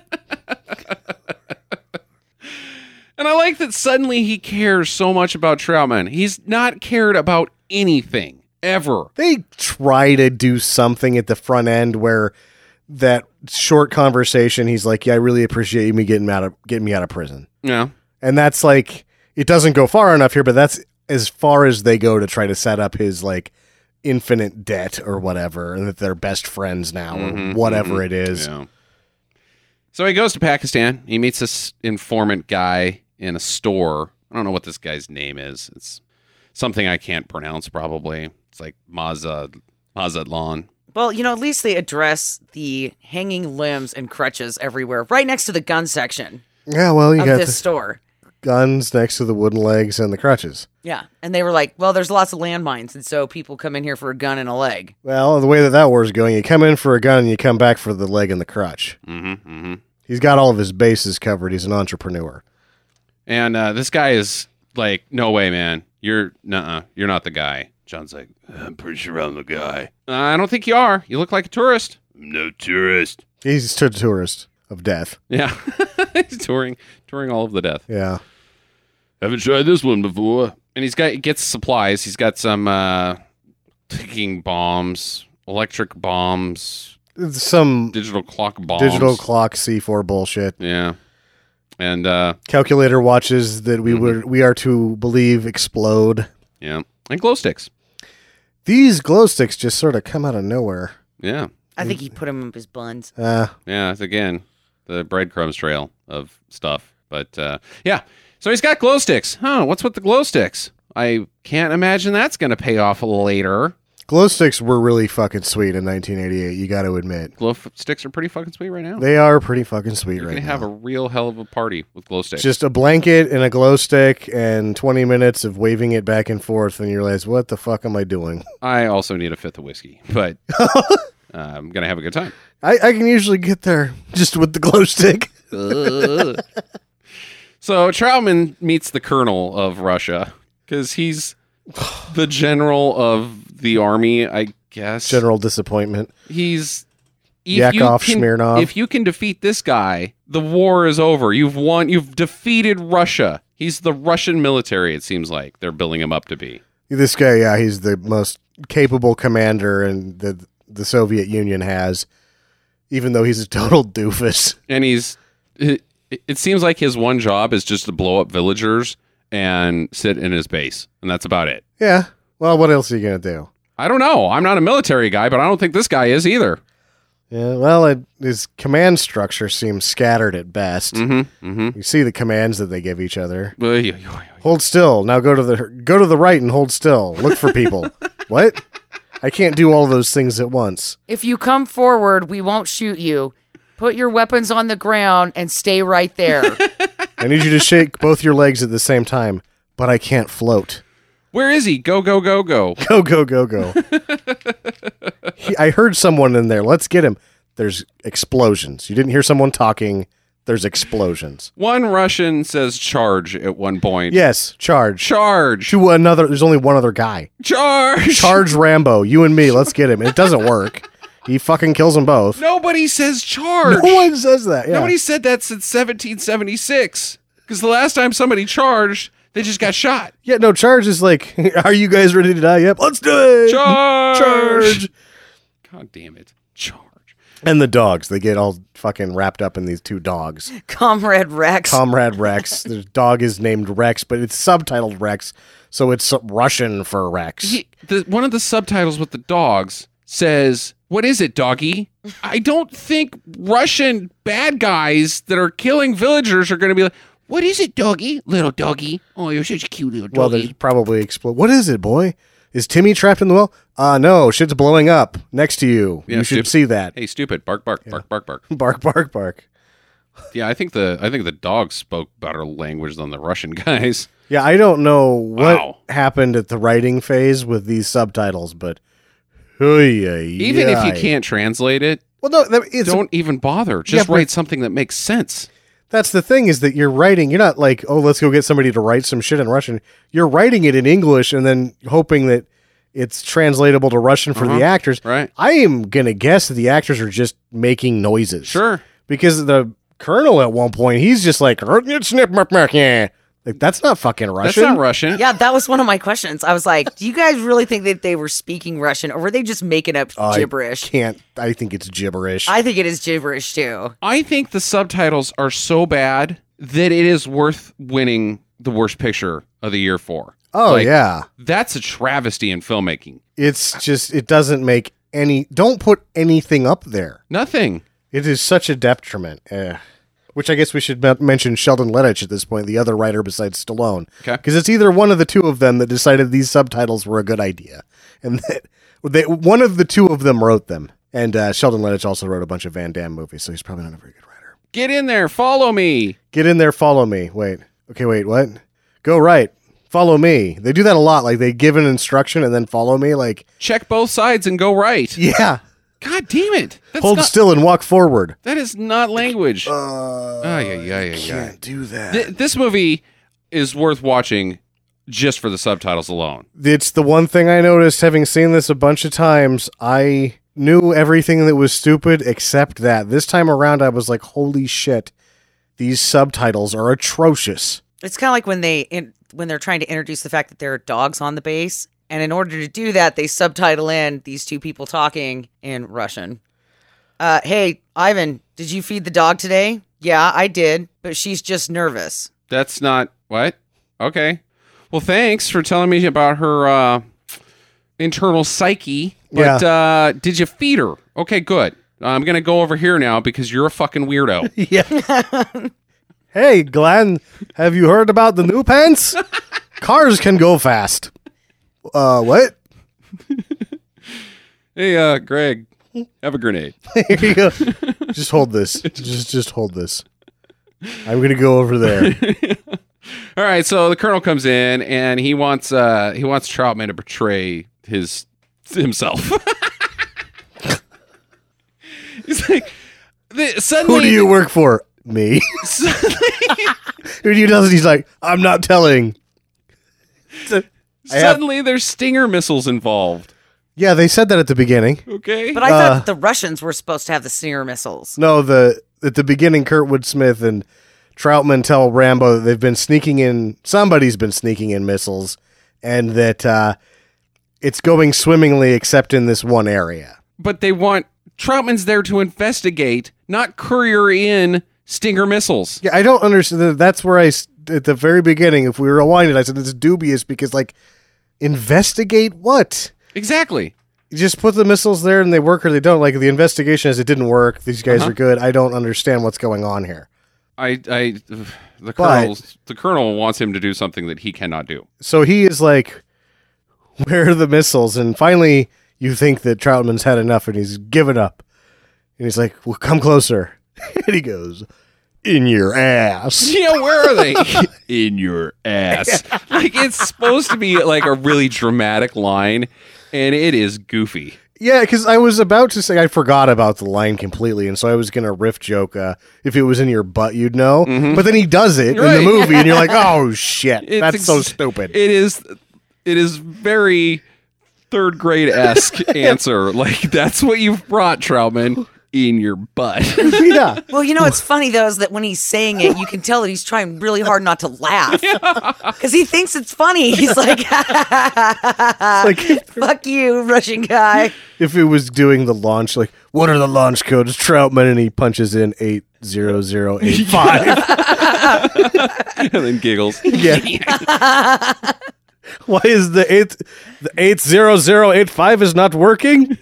And I like that suddenly he cares so much about Troutman. He's not cared about anything ever. They try to do something at the front end where that short conversation, he's like, "Yeah, I really appreciate you me getting me out of getting me out of prison." No. and that's like it doesn't go far enough here but that's as far as they go to try to set up his like infinite debt or whatever and that they're best friends now Mhm, or whatever mhm. it is Yeah. So he goes to Pakistan. He meets this informant guy in a store. I don't know what this guy's name is. It's something I can't pronounce probably. It's like Mazad Mazadlan. Well, you know, at least they address the hanging limbs and crutches everywhere, right next to the gun section yeah, well you of got this the store. guns next to the wooden legs and the crutches Yeah. And they were like, well, there's lots of landmines. And so people come in here for a gun and a leg. well the way that that war's going you come in for a gun and you come back for the leg and the crutch Mm-hmm, mm-hmm. he's got all of his bases covered he's an entrepreneur And uh, this guy is like, no way, man. You're nuh-uh. You're not the guy. John's like, "Uh, I'm pretty sure I'm the guy. I don't think you are. You look like a tourist. I'm no tourist. he's a tourist of death Yeah, *laughs* he's touring, touring all of the death. yeah Haven't tried this one before. and he's got gets supplies. He's got some uh ticking bombs, electric bombs, It's some digital clock bombs. digital clock c4 bullshit Yeah. And uh calculator watches that Mm-hmm. we were we are to believe explode. yeah. And glow sticks. These glow sticks just sort of come out of nowhere. Yeah. I think he put him up his buns. Uh, Yeah, it's again the breadcrumbs trail of stuff. But uh yeah. So he's got glow sticks. Huh, what's with the glow sticks? I can't imagine that's gonna pay off later. glow sticks were really fucking sweet in 1988. You got to admit, Glow f- sticks are pretty fucking sweet right now. they are pretty fucking sweet You're right Oh. gonna now. have a real hell of a party with glow sticks. just a blanket and a glow stick and 20 minutes of waving it back and forth, and you realize what the fuck am I doing? I also need a fifth of whiskey, *laughs* *laughs* but uh, I'm gonna have a good time. *laughs* I, I can usually get there *laughs* just with the glow stick. So Trauman meets the colonel of Russia because *sighs* he's the general of the army, I guess. General disappointment. He's if Yakov you can- Smirnov. If you can defeat this guy, the war is over. You've won. You've defeated Russia. He's the Russian military. It seems like they're building him up to be. This guy, yeah, he's the most capable commander and the the Soviet Union has, even though he's a *laughs* total doofus. and he's it, it seems like his one job is just to blow up villagers and sit in his base and that's about it Yeah. Well, what else are you gonna do? i don't know i'm not a military guy but i don't think this guy is either Yeah. Well, it, his command structure seems scattered at best. mm-hmm mm-hmm You see the commands that they give each other. well, Hold still. Now go to the go to the right and hold still. Look for people. *laughs* what? I can't do all those things at once. If you come forward, we won't shoot you. Put your weapons on the ground and stay right there. I need you to shake both your legs at the same time, but I can't float. *laughs* where is he go go go go go go *laughs* go go he, i heard someone in there let's get him there's explosions you didn't hear someone talking There's explosions. One Russian says charge at one point. Yes, charge. Charge. Shoot another. There's only one other *laughs* guy. Charge. Charge Rambo. You and me. Let's get him. It doesn't work. He fucking kills them both. Nobody says charge. No one says that. Yeah. Nobody said that since 1776. Because the last time somebody charged, they just got shot. yeah, no, charge is like, *laughs* are you guys ready to die? Yep, let's do it. Charge. *laughs* Charge. God damn it. Charge. And the dogs, they get all fucking wrapped up in these two *laughs* dogs. Comrade Rex. Comrade Rex. the dog is named Rex, but it's subtitled Rex, so it's Russian for Rex. He, the, one of the subtitles with the dogs says, What is it, doggy? I don't think Russian bad guys that are killing villagers are going to be like, What is it, doggy? Little doggy. Oh, you're such a cute little doggy. well, there's probably explode. What is it, boy? Is Timmy trapped in the well? Uh no, shit's blowing up next to you. Yeah, you should shit- *laughs* see that. hey, stupid. Bark, bark, bark, bark, bark. Bark, bark, bark. Yeah, I think the I think the dogs spoke better language than the Russian guys. Yeah, I don't know what Wow. happened at the writing phase with these subtitles, but even Even if you can't translate it, well, no, that, it's don't even bother. Yeah, Just but- write something that makes sense. that's the thing is that you're writing. You're not like, oh, let's go get somebody to write some shit in Russian. You're writing it in English and then hoping that it's translatable to Russian for Uh-huh. the actors. Right. I am gonna guess that the actors are just making noises. Sure. because the colonel at one point he's just like, snip, yeah, like that's not fucking That's Russian. not Russian. Yeah, that was one of my questions. I was like, do you guys really think that they were speaking Russian or were they just making up I gibberish? Can't. I think it's gibberish. I think it is gibberish too. I think the subtitles are so bad that it is worth winning the worst picture of the year for. oh Like, yeah. That's a travesty in filmmaking. It's just it doesn't make any. Don't put anything up there. Nothing. It is such a detriment. Eh. Which I guess we should men- mention Sheldon Lettich at this point, the other writer besides Stallone, 'Kay. because it's either one of the two of them that decided these subtitles were a good idea, and that they, one of the two of them wrote them. And uh, Sheldon Lettich also wrote a bunch of Van Damme movies, so he's probably not a very good writer. Get in there. Follow me. Get in there, follow me. Wait, okay, wait, what? Go right, follow me. They do that a lot. Like they give an instruction and then follow me. Like Check both sides and go right. yeah, God damn it. That's hold not, still and walk forward. that is not language. Uh, Ay, ay, ay, ay, ay. do that. Th- this movie is worth watching just for the subtitles alone. It's the one thing I noticed having seen this a bunch of times. I knew everything that was stupid except that. This time around, I was like, holy shit, these subtitles are atrocious. It's kind of like when they in, when they're trying to introduce the fact that there are dogs on the base, and in order to do that, they subtitle in these two people talking in Russian. Uh, hey, Ivan, did you feed the dog today? Yeah, I did, but she's just nervous. That's not what? Okay. Well, thanks for telling me about her uh, internal psyche. But uh, did you feed her? Okay, good. I'm gonna go over here now because you're a fucking *laughs* weirdo. Hey, Glenn, have you heard about the new pants? Cars can go fast. Uh, what? *laughs* hey, uh, Greg, have a grenade. Here you go. just hold this. Just, just hold this. I'm gonna go over there. All right. So the colonel comes in and he wants uh, he wants Troutman to portray his himself. *laughs* He's like, the, suddenly, Who do you work for? Me. *laughs* Who do you does? He's like, I'm not telling. I have- *laughs* suddenly there's stinger missiles involved. Yeah, they said that at the beginning. Okay. But I thought the Russians were supposed to have the Stinger missiles. No, the at the beginning, Kurtwood Smith and Troutman tell Rambo that they've been sneaking in. Somebody's been sneaking in missiles, and that uh, it's going swimmingly, except in this one area. but they want Troutman's there to investigate, not courier in Stinger missiles. Yeah, I don't understand. That's where I s- at the very beginning, if we rewind it, I said it's dubious because like investigate what. Exactly. You just put the missiles there and they work or they don't. Like the investigation is it didn't work. These guys are good. I don't understand what's going on here. I, I, the But- colonel, the colonel wants him to do something that he cannot *laughs* do. so he is like, "Where are the missiles?" And finally, you think that Troutman's had enough, and he's given up. And he's like, "Well, come closer." *laughs* and he goes, "In *laughs* your ass." Yeah, where are they? in your ass. like it's supposed to be like a really dramatic line, and it is goofy. Yeah, because I was about to say I forgot about the line completely, and so I was gonna riff joke uh, if it was in your butt, you'd know. But then he does it in Mm-hmm. Right. the movie, and *laughs* you're like, oh shit, It's that's so ex- stupid. It is. It is very third grade *laughs* esque answer. Like that's what you've brought, Troutman, in your butt. *laughs* *laughs* yeah, Well, you know what's funny though is that when he's saying it, you can tell that he's trying really hard not to laugh because he thinks it's funny. He's like, *laughs* like if, "Fuck you, Russian guy." if it was doing the launch, like what are the launch codes, Troutman, and he punches in eight zero zero eight *laughs* five. and then giggles. Yeah. *laughs* Why is the eight the eight zero zero eight five is not working?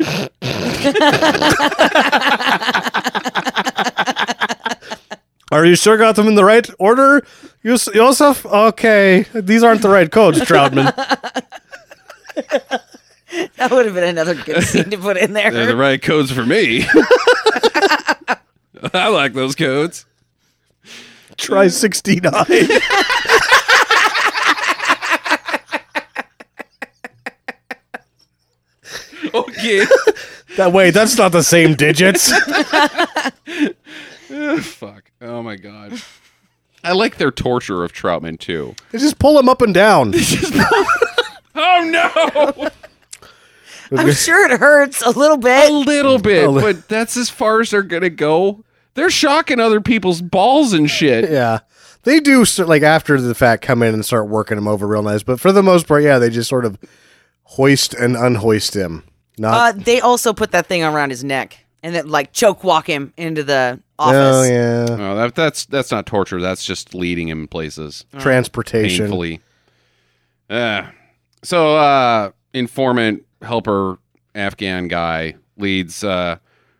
Are you sure got them in the right order, Yus- Yosef? Okay, these aren't the right codes, Troutman. That would have been another good scene to put in They're there. the right codes for me. *laughs* I like those codes. Try sixty nine. Okay. That way, that's not the same digits. *laughs* Fuck. Oh my god. I like their torture of Troutman too. They just pull them up and down. Oh no! I'm sure it hurts a little A bit. *laughs* little bit, li- but that's as far as they're gonna go. They're shocking other people's balls and shit. Yeah. *laughs* They do st- like after the fact come in and start working him over real nice, but for the most part, yeah, they just sort of hoist and unhoist him. Not Uh, they also put that thing around his neck and then like choke walk him into the oh office. yeah, No, that, that's that's not torture. That's just leading him places transportation. mm, painfully. Uh, so uh, informant helper Afghan guy leads uh,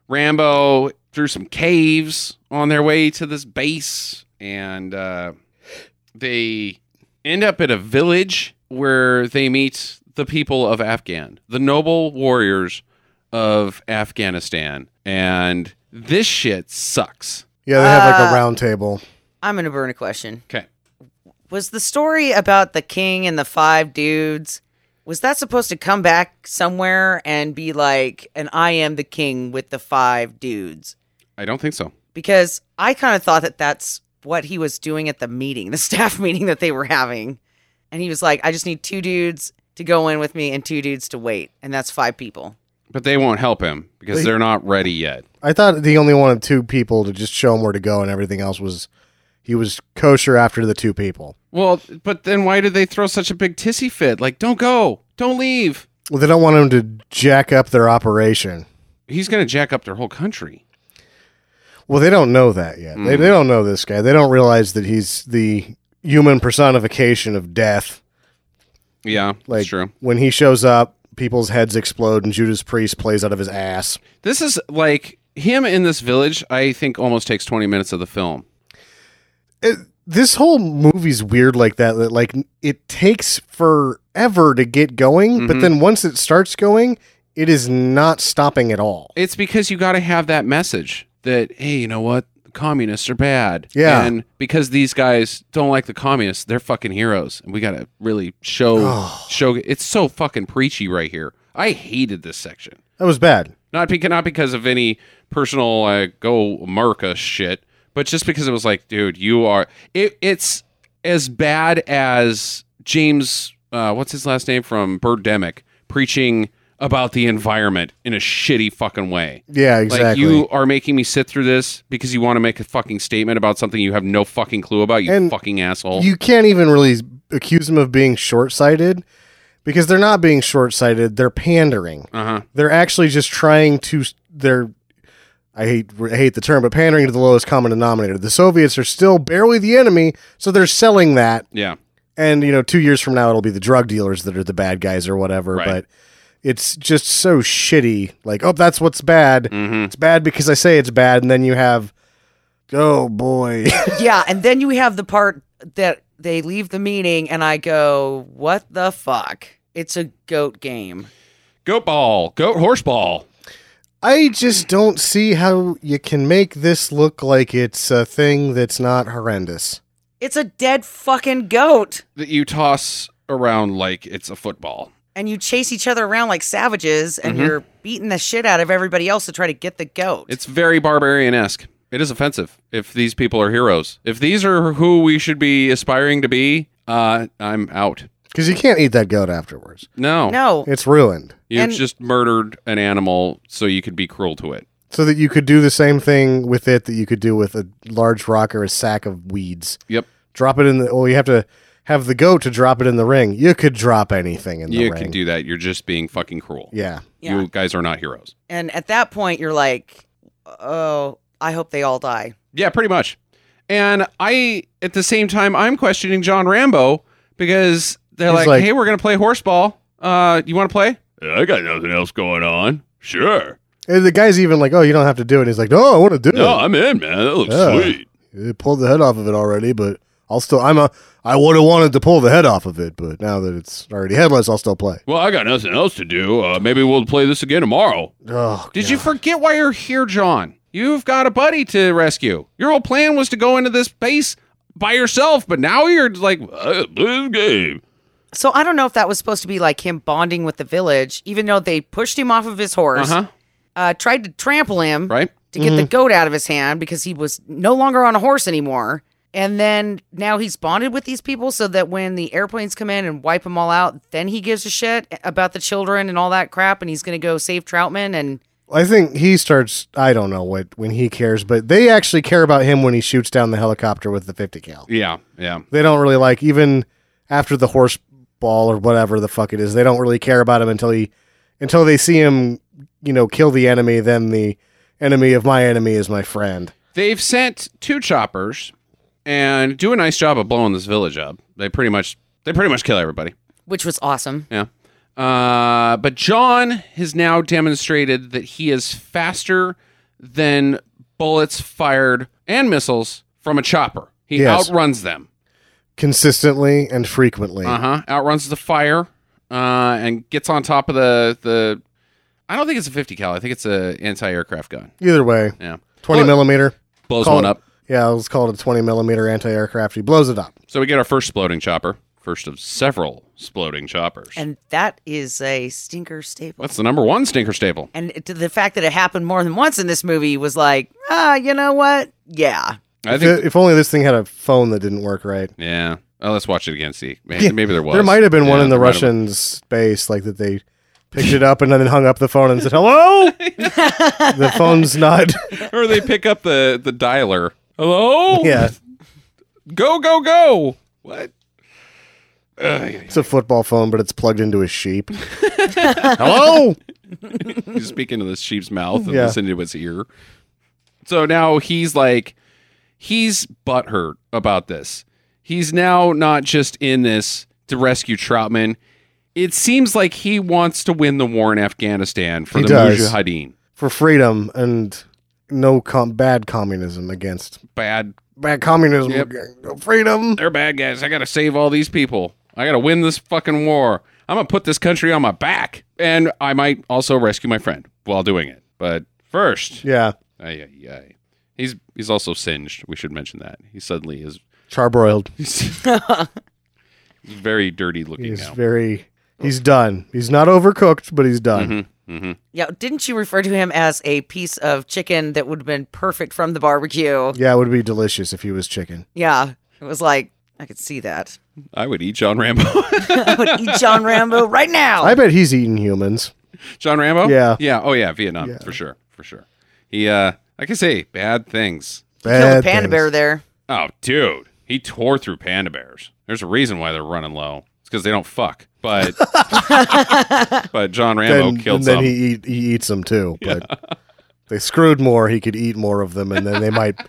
Rambo through some caves on their way to this base, and uh, they end up at a village where they meet the people of Afghan, the noble warriors of Afghanistan, and this shit sucks. Yeah, they have like a round table. I'm gonna burn a question. Okay. Was the story about the king and the five dudes? Was that supposed to come back somewhere and be like, "And I am the king with the five dudes"? I don't think so. because I kind of thought that that's what he was doing at the meeting, *laughs* the staff meeting that they were having. And he was like, I just need two dudes to go in with me and two dudes to wait. And that's five people. *laughs* But they won't help him because they're not ready yet. I thought he only wanted two people to just show him where to go, and everything else was he was kosher after the two people. Well, but then why did they throw such a big tissy fit? Like, don't go, don't leave. Well, they don't want him to jack up their operation. He's gonna jack up their whole country. Well, they don't know that yet. They, they don't know this guy. They don't realize that he's the human personification of death. Yeah, Like that's true. when he shows up, people's heads explode and Judas Priest plays out of his ass. This is like him in this village. I think almost takes twenty minutes of the film. It- this whole movie's weird like that. That like it takes forever to get going, Mm-hmm. but then once it starts going, it is not stopping at all. It's because you got to have that message that hey, you know what, the communists are bad. Yeah. and because these guys don't like the communists, they're fucking heroes, and we got to really show show. It's so fucking preachy right here. I hated this section. That was bad. not because not because of any personal uh, go America shit, but just because it was like, dude, you are it, it's as bad as James, uh, what's his last name from Birdemic, preaching about the environment in a shitty fucking way. Yeah, exactly. Like you are making me sit through this because you want to make a fucking statement about something you have no fucking clue about. You And fucking asshole. you can't even really accuse them of being short-sighted because they're not being short-sighted. They're pandering. uh huh. they're actually just trying to they're I hate I hate the term, but pandering to the lowest common denominator. The Soviets are still barely the enemy, so they're selling that. Yeah. And you know, two years from now, it'll be the drug dealers that are the bad guys or whatever. Right. But it's just so shitty. Like, oh, that's what's bad. Mm. Mm-hmm. It's bad because I say it's bad, and then you have, oh boy, *laughs* yeah. And then you have the part that they leave the meeting and I go, What the fuck? It's a goat game. Goat ball. Goat horse ball. I just don't see how you can make this look like it's a thing that's not horrendous. It's a dead fucking goat. That you toss around like it's a football. And you chase each other around like savages and you're beating the shit out of everybody else to try to get the goat. It's very barbarian esque. It is offensive if these people are heroes. If these are who we should be aspiring to be, uh, I'm out. Because you can't eat that goat afterwards. No, no, It's ruined. you and- just murdered an animal so you could be cruel to it. So that you could do the same thing with it that you could do with a large rock or a sack of weeds. Yep, Drop it in the. Well, you have to have the goat to drop it in the ring. You could drop anything in the you ring. can do that. You're just being fucking cruel. yeah. Yeah. You guys are not heroes. and at that point you're like, oh, I hope they all die. Yeah, pretty much. And I, at the same time, I'm questioning John Rambo because they're He's like, like- "Hey, we're gonna play horseball. Uh, you want to play?" I got nothing else going on. Sure. And the guy's even like, oh, you don't have to do it. he's like, no, I want to do No, I'm in, man. That looks Yeah. sweet. it. It pulled the head off of it already, but I'll still. I'm a. I would have wanted to pull the head off of it, but now that it's already headless, I'll still play. Well, I got nothing else to do. Uh, maybe we'll play this again tomorrow. Oh, Did you forget why you're here, John? You've got a buddy to rescue. Your whole plan was to go into this base by yourself, but now you're like, I gotta play this Uh, game. So I don't know if that was supposed to be like him bonding with the village, even though they pushed him off of his uh horse, huh, uh, tried to trample him, right? to get the goat out of his hand because he was no longer on a horse anymore. And then now he's bonded with these people so that when the airplanes come in and wipe them all out, then he gives a shit about the children and all that crap. And he's going to go save Troutman. And I think he starts. I don't know what when he cares, but they actually care about him when he shoots down the helicopter with the fifty cal. Yeah, yeah. They don't really like even after the horse ball or whatever the fuck it is. They don't really care about him until he until they see him, you know, kill the enemy. Then the enemy of my enemy is my friend. They've sent two choppers and do a nice job of blowing this village up. They pretty much they pretty much kill everybody. which was awesome. Yeah. Uh, but John has now demonstrated that he is faster than bullets fired and missiles from a chopper. He Yes. outruns them. Consistently and frequently. Uh huh. Outruns the fire uh, and gets on top of the the. I don't think it's a 50 cal. I think it's a anti-aircraft gun. Either way, Yeah. twenty millimeter. Blows Call one it- up. Yeah, let's call it a twenty millimeter anti-aircraft. He blows it up. So we get our first exploding chopper. First of several exploding choppers. And that is a stinker staple. That's the number one stinker staple. And it- the fact that it happened more than once in this movie was like, ah, you know what? Yeah. I If, think. if only this thing had a phone that didn't work right. yeah. Oh, let's watch it again. See, maybe, Yeah, maybe there was. There might have been one Yeah, in the there might have Russian space, like that they picked it up and then hung up the phone and said, *laughs* "Hello." the phone's not. *laughs* *laughs* or they pick up the the dialer. Hello. yeah, Go go go. What? it's a football phone, but it's plugged into a sheep. *laughs* Hello. You speak into this sheep's mouth and Yeah. listen to his ear. So now he's like, he's butthurt about this. He's now not just in this to rescue Troutman. It seems like he wants to win the war in Afghanistan for He the does. Mujahideen. For freedom and no com- bad communism against Bad. bad communism. Yep. against Freedom. They're bad guys. I got to save all these people. I got to win this fucking war. I'm going to put this country on my back. And I might also rescue my friend while doing it. But first, Yeah, Ay, ay, ay. He's he's also singed. We should mention that he suddenly is charbroiled. he's very dirty looking He's now. very. He's done. He's not overcooked, but he's done. Mm-hmm. Yeah. Didn't you refer to him as a piece of chicken that would have been perfect from the barbecue? Yeah, it would be delicious if he was chicken. Yeah. It was like, I could see that. I would eat John Rambo. *laughs* I would eat John Rambo right now. I bet he's eating humans. John Rambo. Yeah. yeah. Oh yeah, Vietnam for sure, for sure. He uh, like I say, bad things. Killed a Bad panda things. bear there. Oh dude, he tore through panda bears. There's a reason why they're running low. It's because they don't fuck. But *laughs* but John Rambo Then- and, killed then some. he eat, he eats *laughs* them too. But they screwed more. He could eat more of them, and then they might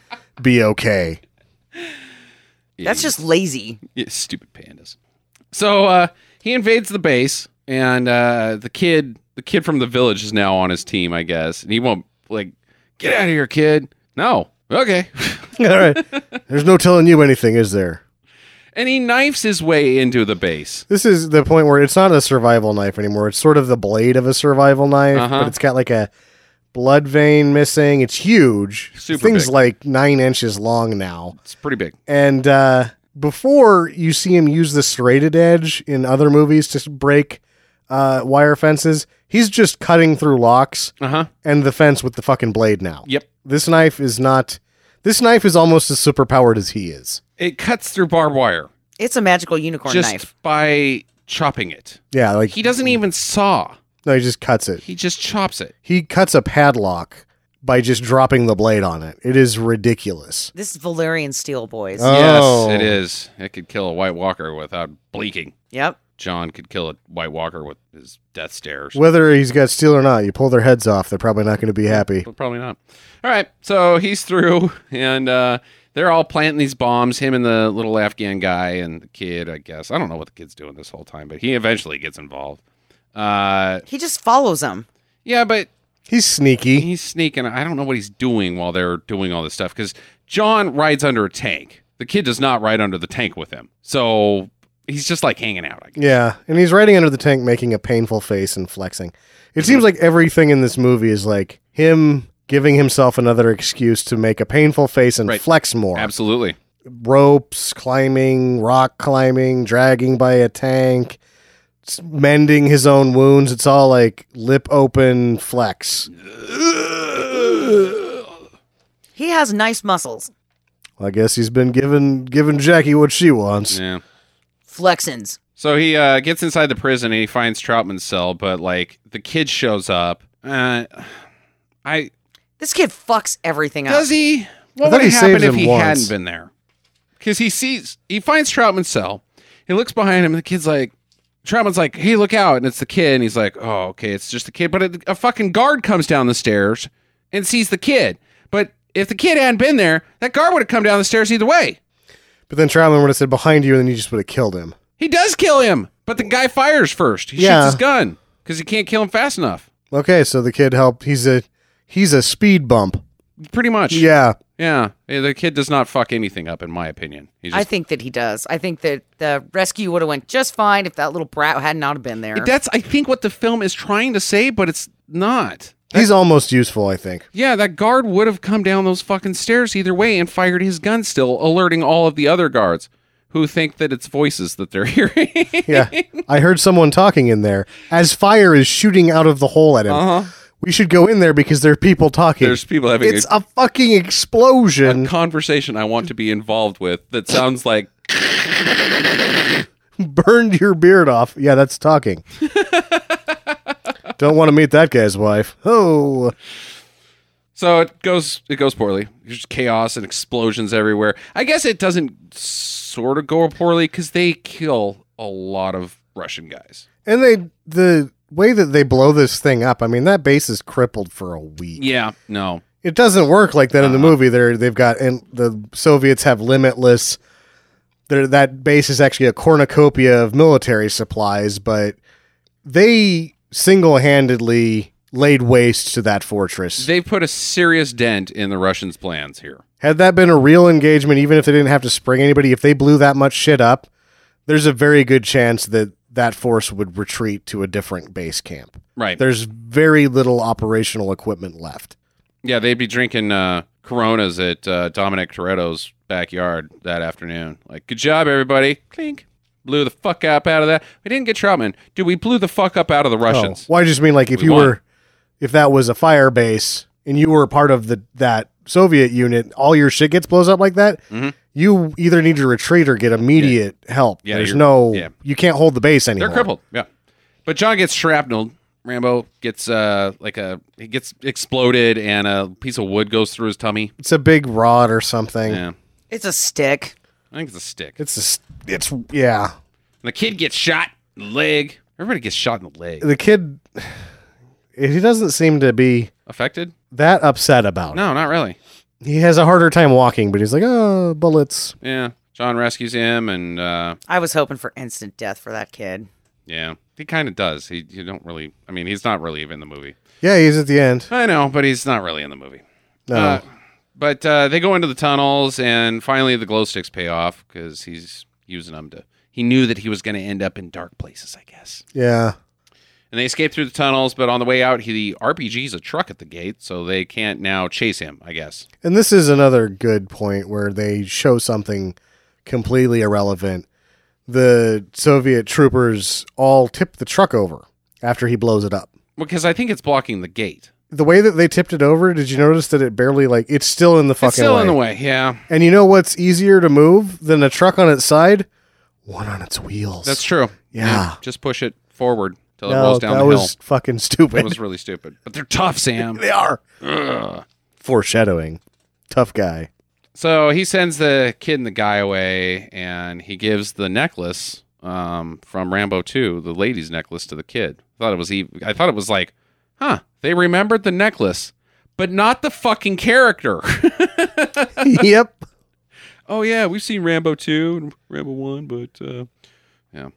be okay. *laughs* That's just lazy. Yeah, stupid pandas. So uh, he invades the base, and uh, the kid, the kid from the village, is now on his team, I guess. And he won't like get out of here, kid. No, okay. All right. There's no telling you anything, is there? and he knifes his way into the base. This is the point where it's not a survival knife anymore. It's sort of the blade of a survival knife, Uh-huh. but it's got like a blood vein missing. It's huge. Super Thing's big. like nine inches long now. It's pretty big. And uh, before you see him use the serrated edge in other movies to break uh, wire fences, He's just cutting through locks Uh huh. and the fence with the fucking blade now. Yep. This knife is not. This knife is almost as superpowered as he is. It cuts through barbed wire It's a magical unicorn just knife. by chopping it. Yeah, like He doesn't even saw. no, he just cuts it. He just chops it. He cuts a padlock by just dropping the blade on it. It is ridiculous. This is Valyrian steel, boys. Uh, Oh. Yes, it is. It could kill a White Walker without blinking. yep. John could kill a White Walker with his death stares. Whether he's got steel or not, you pull their heads off, they're probably not going to be happy. But probably not. All right, so he's through, and uh, they're all planting these bombs. Him and the little Afghan guy and the kid, I guess. I don't know what the kid's doing this whole time, but he eventually gets involved. Uh, He just follows them. yeah, but He's sneaky. he's sneaking. I don't know what he's doing while they're doing all this stuff because John rides under a tank. The kid does not ride under the tank with him, so he's just like hanging out. I guess. Yeah, and he's riding under the tank, making a painful face and flexing. It seems like everything in this movie is like him giving himself another excuse to make a painful face and Right. flex more. Absolutely. ropes, climbing, rock climbing, dragging by a tank, s- mending his own wounds. It's all like lip open flex. He has nice muscles. Well, I guess he's been giving giving Jackie what she wants. Yeah. Flexins. So he uh, gets inside the prison and he finds Troutman's cell, but like the kid shows up. Uh, I This kid fucks everything up. does he? I What would thought have he happened saved if him he once. hadn't been there? Because he sees he finds Troutman's cell. He looks behind him and the kid's like, Troutman's like, "Hey, look out!" And it's the kid, and he's like, "Oh, okay, it's just the kid." But a, a fucking guard comes down the stairs and sees the kid. But if the kid hadn't been there, that guard would have come down the stairs either way. But then Trautman would have said behind you, and then you just would have killed him. He does kill him, but the guy fires first. He Yeah. shoots his gun because he can't kill him fast enough. Okay, so the kid helped. He's a he's a *laughs* speed bump. Pretty much. Yeah, Yeah. Yeah, The kid does not fuck anything up, in my opinion. He just, I think that he does. I think that the rescue would have went just fine if that little brat had not have been there. that's, I think, what the film is trying to say, but it's not. he's almost useful, I think. Yeah, that guard would have come down those fucking stairs either way and fired his gun still, alerting all of the other guards who think that it's voices that they're *laughs* hearing. *laughs* Yeah, I heard someone talking in there as fire is shooting out of the hole at him. We should go in there because there are people talking. Uh-huh. There's people having it's a, a fucking explosion. a conversation I want to be involved with that sounds like *laughs* burned your beard off. Yeah, that's talking. Don't want to meet that guy's wife. Oh, So it goes it goes poorly. There's just chaos and explosions everywhere. I guess it doesn't sort of go poorly because they kill a lot of Russian guys. and they the way that they blow this thing up. I mean, that base is crippled for a week. Yeah. No. It doesn't work like that in the movie. They're they've got and the Soviets have limitless. They're, that base is actually a cornucopia of military supplies, but they single handedly laid waste to that fortress. They put a serious dent in the Russians' plans here. Had that been a real engagement, even if they didn't have to spring anybody, if they blew that much shit up, there's a very good chance that that force would retreat to a different base camp. Right. There's very little operational equipment left. yeah, they'd be drinking uh, Coronas at uh, Dominic Toretto's backyard that afternoon. Like, good job, everybody. Clink. Blew the fuck up out of that. We didn't get Troutman. Dude, we blew the fuck up out of the Russians. Well, I just mean like if We you won. were, if that was a fire base and you were a part of the that Soviet unit, all your shit gets blows up like that. You either need to retreat or get immediate help. Mm-hmm. Yeah, There's you're- no, yeah. you can't hold the base They're anymore. crippled. Yeah. But John gets shrapnel. Rambo gets uh like a he gets exploded and a piece of wood goes through his tummy. It's a big rod or something. Yeah. it's a stick. I think it's a stick. It's a, s- it's yeah. And the kid gets shot in the leg. Everybody gets shot in the leg. the kid *sighs* he doesn't seem to be Affected? that upset about it. No, not really. He has a harder time walking, but he's like, "Oh, bullets." Yeah. John rescues him and uh I was hoping for instant death for that kid. yeah. He kind of does. He you don't really I mean, he's not really even in the movie. Yeah, he's at the end. I know, but he's not really in the movie. No. Uh, but uh, they go into the tunnels, and finally the glow sticks pay off because he's using them to. He knew that he was going to end up in dark places, I guess. yeah. And they escape through the tunnels, but on the way out, he RPGs a truck at the gate, so they can't now chase him, I guess. And this is another good point where they show something completely irrelevant. The Soviet troopers all tip the truck over after he blows it up. because I think it's blocking the gate. The way that they tipped it over, did you notice that it barely like it's still in the fucking it's still way. in the way. Yeah, And you know what's easier to move than a truck on its side? One on its wheels. that's true. Yeah. just push it forward till it No, rolls down that the hill. was fucking stupid. That *laughs* was really stupid. But they're tough, Sam. they are Ugh. foreshadowing. Tough guy. *laughs* So he sends the kid and the guy away, and he gives the necklace um, from Rambo Two, the lady's necklace, to the kid. I thought it was ev- I thought it was like, huh? They remembered the necklace, but not the fucking character. *laughs* yep. oh yeah, we've seen Rambo two and Rambo one, but uh, yeah.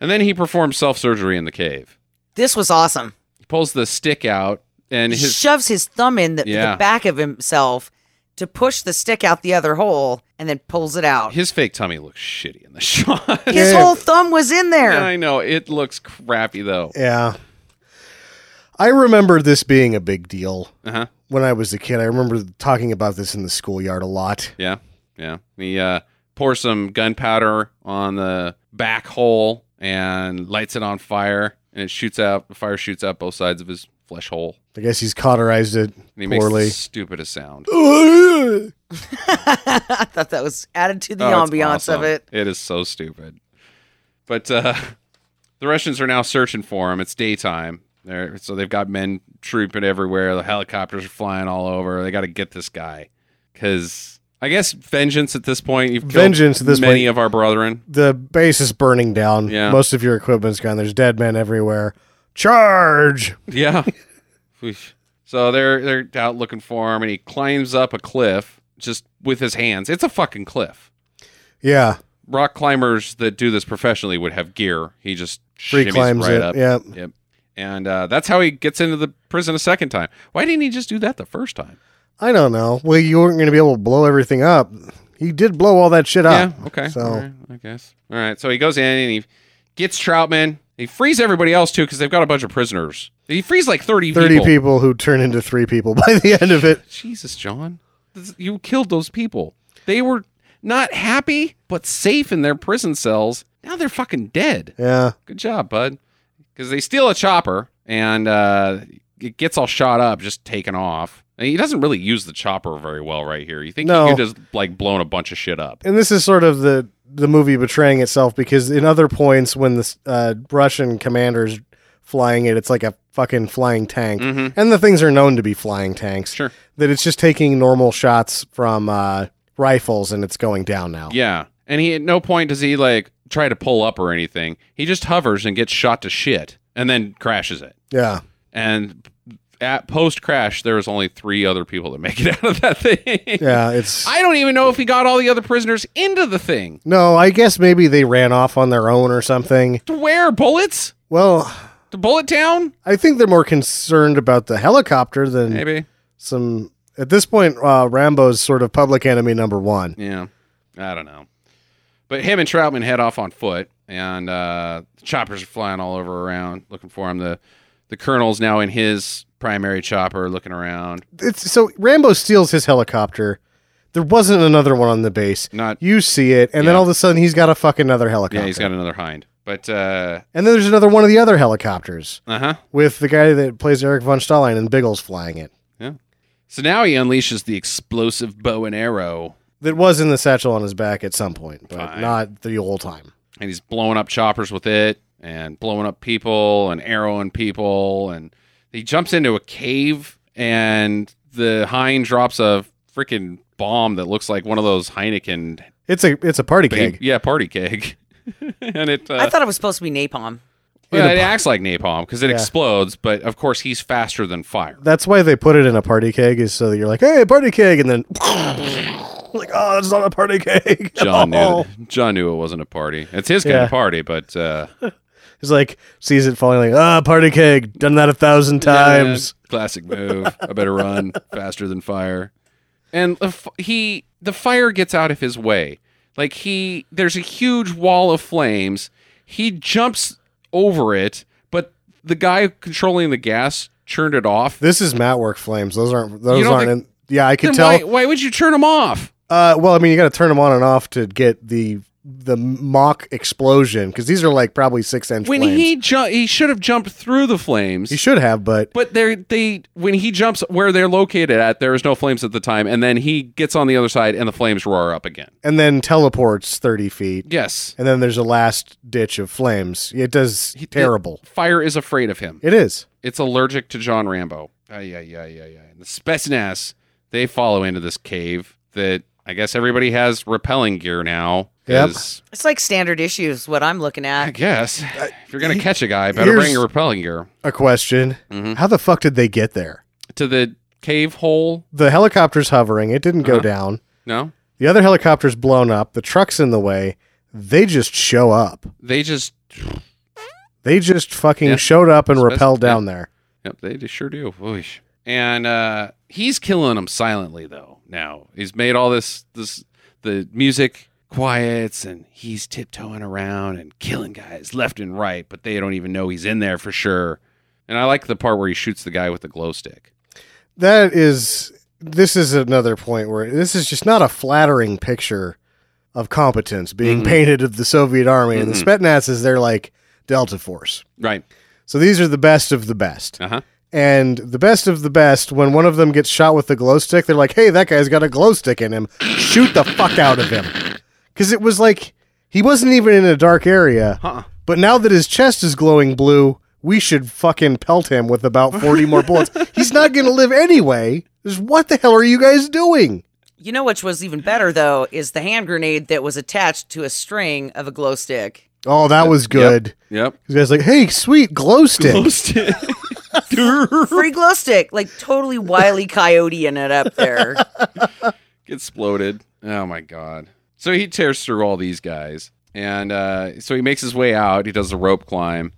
And then he performs self surgery in the cave. This was awesome. He pulls the stick out, and He his shoves his thumb in the, Yeah. the back of himself to push the stick out the other hole and then pulls it out. his fake tummy looks shitty in the *laughs* shot. His Yeah. whole thumb was in there. I know it looks crappy though. Yeah. I remember this being a big deal Uh huh. when I was a kid. I remember talking about this in the schoolyard a lot. Yeah, yeah. He uh, pours some gunpowder on the back hole and lights it on fire, and it shoots out. The fire shoots out both sides of his flesh hole, I guess he's *laughs* cauterized it and he makes poorly. the stupidest sound. *laughs* I thought that was added to the Oh, it's ambiance awesome. of it. It is so stupid. But uh, the Russians are now searching for him. It's daytime. They're, so they've got men trooping everywhere. The helicopters are flying all over. They got to get this guy because I guess vengeance at this point. You've killed Vengeance at this many point. of our brethren. the base is burning down. Yeah. Most of your equipment's gone. There's dead men everywhere. Charge! Yeah. Oof. so they're they're out looking for him, and he climbs up a cliff just with his hands. It's a fucking cliff. Yeah. Rock climbers that do this professionally would have gear. He just Free shimmies climbs right it. up. Yeah. Yep. And uh, that's how he gets into the prison a second time. Why didn't he just do that the first time? I don't know. Well, you weren't going to be able to blow everything up. He did blow all that shit up. yeah. Okay. Ah, So All right, I guess. All right. So he goes in and he gets Troutman. He frees everybody else too because they've got a bunch of prisoners. He frees like thirty. 30 people. who turn into three people *laughs* by the end of it. Jesus, John, This- you killed those people. They were not happy but safe in their prison cells. Now they're fucking dead. Yeah. Good job, bud. Because they steal a chopper and uh, it gets all shot up, just taken off. And he doesn't really use the chopper very well right here. You think No. he could just like blown a bunch of shit up? And this is sort of the the movie betraying itself because in other points when the uh, Russian commander's flying it, it's like a fucking flying tank. Mhm. And the things are known to be flying tanks. Sure. That it's just taking normal shots from uh, rifles and it's going down now. Yeah. And he at no point does he like try to pull up or anything. He just hovers and gets shot to shit and then crashes it. Yeah. And at post crash, there was only three other people that make it *laughs* out of that thing. Yeah, it's I don't even know if he got all the other prisoners into the thing. No, I guess maybe they ran off on their own or something. To where? Bullets? Well, To Bullet Town? I think they're more concerned about the helicopter than Maybe. some. At this point, uh, Rambo's sort of public enemy number one. Yeah. I don't know. But him and Troutman head off on foot, and uh, the choppers are flying all over around looking for him. The the colonel's now in his primary chopper looking around. It's so Rambo steals his helicopter. There wasn't another one on the base. Not You see it, and then Yeah. all of a sudden he's got a fucking other helicopter. yeah, he's got another hind. But uh uh-huh. and then there's another one of the other helicopters huh. with the guy that plays Eric von Stalin and Biggles flying it. So now he unleashes the explosive bow and arrow That was in the satchel on his back at some point, but Fine. not the whole time. and he's blowing up choppers with it and blowing up people and arrowing people and he jumps into a cave and the hind drops a freaking bomb that looks like one of those Heineken It's a it's a party big, keg. yeah party keg *laughs* and it uh, I thought it was supposed to be napalm. well, it acts like napalm because it Yeah. explodes but of course he's faster than fire That's why they put it in a party keg is so that you're like, hey, party keg, and then *laughs* like, oh, it's not a party keg. John Oh. knew John knew it wasn't a party it's his kind Yeah. of party but uh, He's like, sees it falling, like, ah, party keg, done that a thousand times. Yeah, classic move. I better run faster than fire. And the f- he, the fire gets out of his way. Like he, there's a huge wall of flames. He jumps over it, but the guy controlling the gas turned it off. This is mat work flames. Those aren't, those don't aren't think- in. Yeah, I could Then tell. why, why would you turn him off? Uh, well, I mean, you got to turn them on and off to get the the mock explosion because these are like probably six inch When flames. he ju- he should have jumped through the flames. he should have, but But they they when he jumps where they're located at, there is no flames at the time, and then he gets on the other side, and the flames roar up again. and then teleports thirty feet, Yes, and then there's a last ditch of flames. It does terrible. fire is afraid of him. it is. It's allergic to John Rambo. Ay, yeah, yeah, yeah, yeah. And the Spetsnaz they follow into this cave that I guess everybody has repelling gear now. Yep. 'cause- It's like standard issues, what I'm looking I at. guess *laughs* if you're gonna catch a guy, better here's- bring your repelling gear A question: Mhm. How the fuck did they get there? to the cave hole. The helicopter's hovering. It didn't go Uh-huh. down. No, The other helicopter's blown up. The truck's in the way. They just show up. they just They just fucking Yeah. showed up and Spec- rappelled yeah. down there. Yep, they just sure do. Whoosh. And uh, he's killing them silently though. Now he's made all this this the music quiets and he's tiptoeing around and killing guys left and right, but they don't even know he's in there for sure. And I like the part where he shoots the guy with the glow stick. That is. This is another point where this is just not a flattering picture of competence being Mhm. painted of the Soviet army and the Mm-hmm. Spetsnaz is they're like Delta Force. Right. So these are the best of the best. Uh huh. And the best of the best, when one of them gets shot with the glow stick, they're like, hey, that guy's got a glow stick in him. Shoot the fuck out *laughs* of him. Because it was like, he wasn't even in a dark area. Huh. But now that his chest is glowing blue, we should fucking pelt him with about 40 *laughs* more bullets. He's not going to live anyway. Just what the hell are you guys doing? You know which was even better though is the hand grenade that was attached to a string of a glow stick. Oh, that was good. Yep. This guy's like, hey, sweet, glow stick. Glow *laughs* stick. Free glow stick, like totally wily coyote in it up there. exploded. Oh my god. So he tears through all these guys, and uh, so he makes his way out. He does a rope climb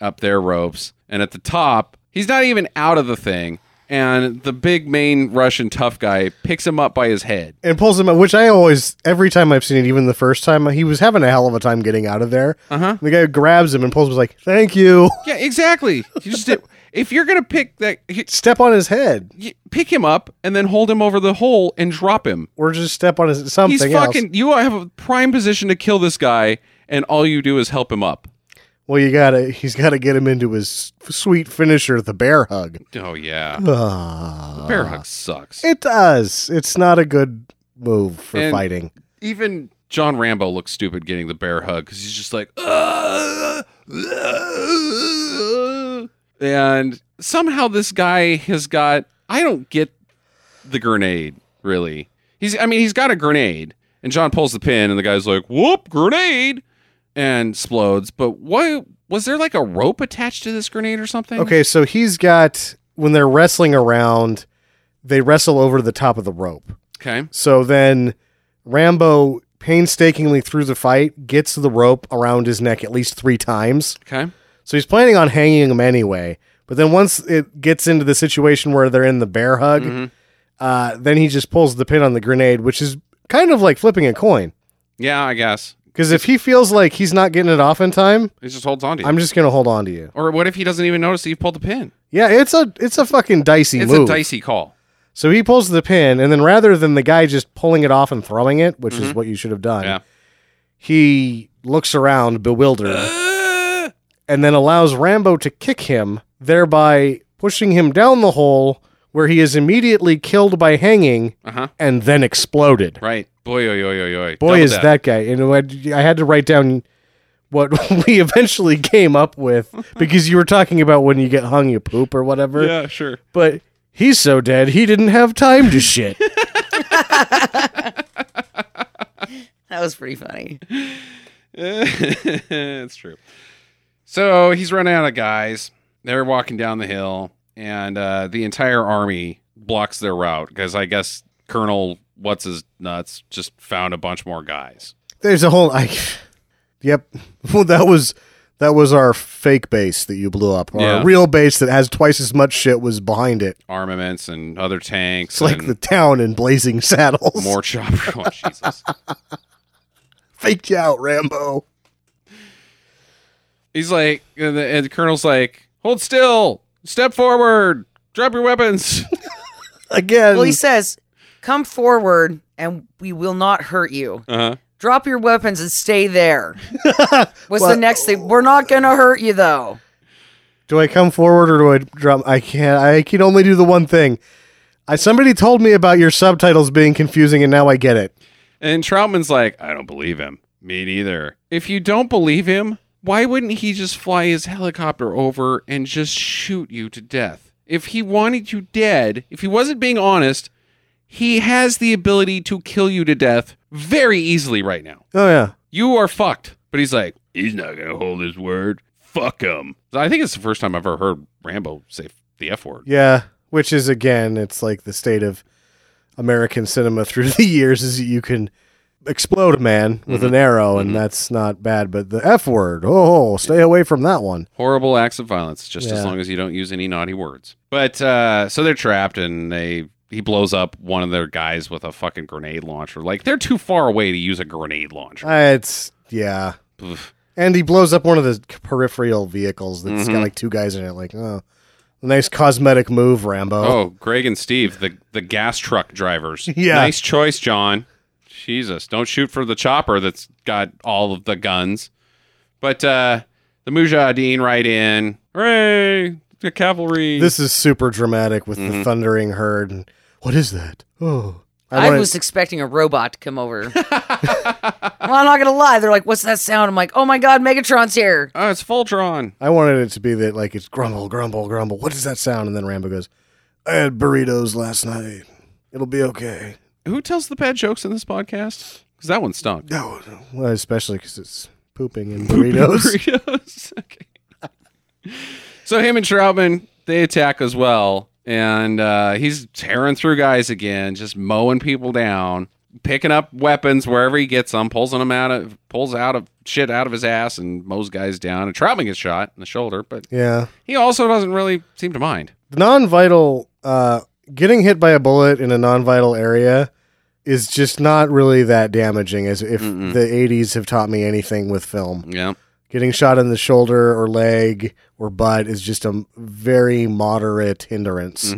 up their ropes, and at the top, he's not even out of the thing. And the big main Russian tough guy picks him up by his head. and pulls him out, which I always, every time I've seen it, even the first time, he was having a hell of a time getting out of there. Uh-huh. The guy grabs him and pulls him, like, thank you. *laughs* Yeah, exactly. You just did- *laughs* if you're gonna pick that, he- Step on his head you- pick him up and then hold him over the hole and drop him. or just step on his something He's fucking. else. You have a prime position to kill this guy, and all you do is help him up. Well, you gotta, he's gotta get him into his sweet finisher, the bear hug. Oh yeah, Ah. bear hug sucks. It does. It's not a good move for And- fighting. even John Rambo looks stupid getting the bear hug because he's just like, "Ah, ah." and somehow this guy has got. I don't get the grenade really. He's. I mean, he's got a grenade, and John pulls the pin, and the guy's like, "Whoop, grenade!" and explodes. But why was there like a rope attached to this grenade or something? Okay, so he's got when they're wrestling around, they wrestle over the top of the rope. Okay. So then Rambo painstakingly through the fight gets the rope around his neck at least 3 times. Okay. So he's planning on hanging him anyway. But then once it gets into the situation where they're in the bear hug, Mhm. uh, then he just pulls the pin on the grenade, which is kind of like flipping a coin. Yeah, I guess Because if he feels like he's not getting it off in time, he just holds on to you. I'm just gonna hold on to you. or what if he doesn't even notice that you pulled the pin? Yeah, it's a it's a fucking dicey It's move. a dicey call. so he pulls the pin, and then rather than the guy just pulling it off and throwing it, which is what you should have done, Mm-hmm. Yeah. he looks around bewildered Ah! and then allows Rambo to kick him, thereby pushing him down the hole where he is immediately killed by hanging Uh huh. and then *laughs* exploded. Right. Boy, oy, oy, oy, oy. Boy, Double is death. that guy! And I I had to write down what *laughs* we eventually came *laughs* up with because you were talking about when you get hung, you poop or whatever. Yeah, sure. but he's so dead he didn't have time to shit. That was pretty funny. *laughs* it's true. So he's running out of guys. They're walking down the hill, and uh, the entire army blocks their route because I guess Colonel What's His Nuts just found a bunch more guys. There's a whole I *laughs* Yep. *laughs* Well that was that was our fake base that you blew up. Our Yeah. real base that has twice as much shit was behind it. Armaments and other tanks. It's like and the town in Blazing *laughs* Saddles. *laughs* more chopper. Oh, Jesus. faked you out, Rambo. He's like, and the, and the Colonel's like, hold still, step forward, drop your weapons. Again. Um, Well, he says, "Come forward, and we will not hurt you." Uh huh. Drop your weapons and stay there. What's the next thing? We're not gonna hurt you though. Do I come forward or do I drop? I can't. I can only do the one thing. I, somebody told me about your subtitles being confusing, and now I get it. And Troutman's like, I don't believe him. Me neither. If you don't believe him, why wouldn't he just fly his helicopter over and just shoot you to death? If he wanted you dead, if he wasn't being honest, he has the ability to kill you to death very easily right now. Oh yeah, You are fucked. But he's like, He's not going to hold his word. Fuck him. I think it's the first time I've ever heard Rambo say the F word. yeah. Which is again, it's like the state of American cinema *laughs* through the years is that you can explode a man with an arrow, and that's not bad. But the F word, oh, stay away from that one. horrible acts of violence just as Yeah. long as you don't use any naughty words but uh so they're trapped and they he blows up one of their guys with a fucking grenade launcher like they're too far away to use a grenade launcher Uh, it's yeah. Oof. And he blows up one of the peripheral vehicles that's got like two guys in it. Like, oh, nice cosmetic move, Rambo. oh greg and steve the the gas truck drivers *laughs* Yeah. nice choice john jesus don't shoot for the chopper that's got all of the guns but uh the mujahideen right in hooray the cavalry This is super dramatic with the thundering herd. And, what is that? Oh, I, wanna- was expecting a robot to come over. well, I'm not gonna lie. They're like, "What's that sound?" I'm like, "Oh my god, Megatron's here!" oh it's voltron I wanted it to be that like it's grumble, grumble, grumble. What is that sound? And then Rambo goes, "I had burritos last night. It'll be okay." who tells the bad jokes in this podcast because that one stunk No, well, especially because it's pooping in burritos. *laughs* burritos. okay. So him and Troutman, they attack as well, and uh, he's tearing through guys again, just mowing people down, picking up weapons wherever he gets them, pulls them out of pulls out of shit out of his ass, and mows guys down. And Troutman gets shot in the shoulder, but *laughs* yeah, he also doesn't really seem to mind. the non-vital uh, getting hit by a bullet in a non-vital area is just not really that damaging. As if the '80s have taught me anything with film. Yeah. getting shot in the shoulder or leg or butt is just a very moderate hindrance.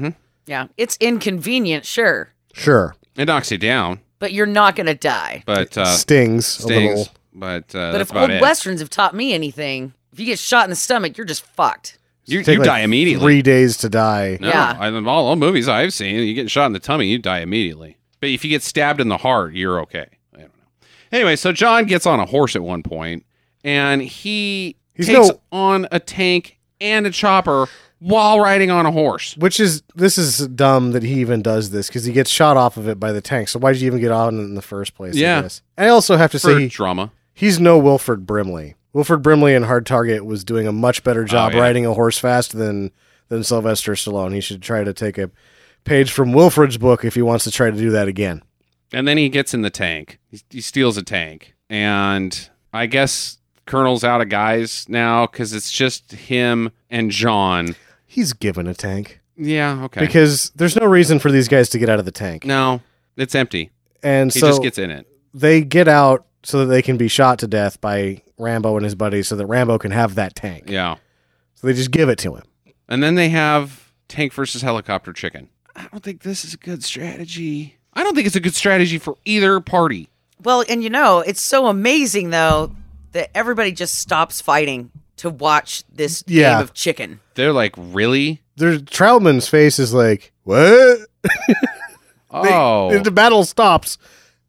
Yeah, it's inconvenient, sure, Sure, It knocks you down, but you're not gonna die. but uh, stings, a stings. little. But uh, but that's if about old it. westerns have taught me anything, if you get shot in the stomach, you're just fucked. you Take you like die immediately. Three days to die. No, Yeah. I, in all, all movies I've seen, you get shot in the tummy, you die immediately. But if you get stabbed in the heart, you're okay. I don't know. Anyway, so John gets on a horse at one point, and he He's takes no- on a tank and a chopper while riding on a horse. Which is this is dumb that he even does this because he gets shot off of it by the tank. So why did you even get on it in the first place? I Yeah. guess? I also have to For say he- drama. he's no Wilford Brimley. Wilford Brimley in Hard Target was doing a much better job Oh, yeah. riding a horse fast than than Sylvester Stallone. He should try to take a page from Wilford's book if he wants to try to do that again. And then he gets in the tank. He, he steals a tank. And I guess Colonel's out of guys now because it's just him and John. He's given a tank. Yeah, okay. because there's no reason for these guys to get out of the tank. no, it's empty. And He so just gets in it. they get out so that they can be shot to death by Rambo and his buddies so that Rambo can have that tank. Yeah. So they just give it to him. And then they have tank versus helicopter chicken. I don't think this is a good strategy. I don't think it's a good strategy for either party. Well, and you know, it's so amazing though that everybody just stops fighting to watch this Yeah. game of chicken. They're like, really? There's Troutman's face is like, "What?" Oh, the battle stops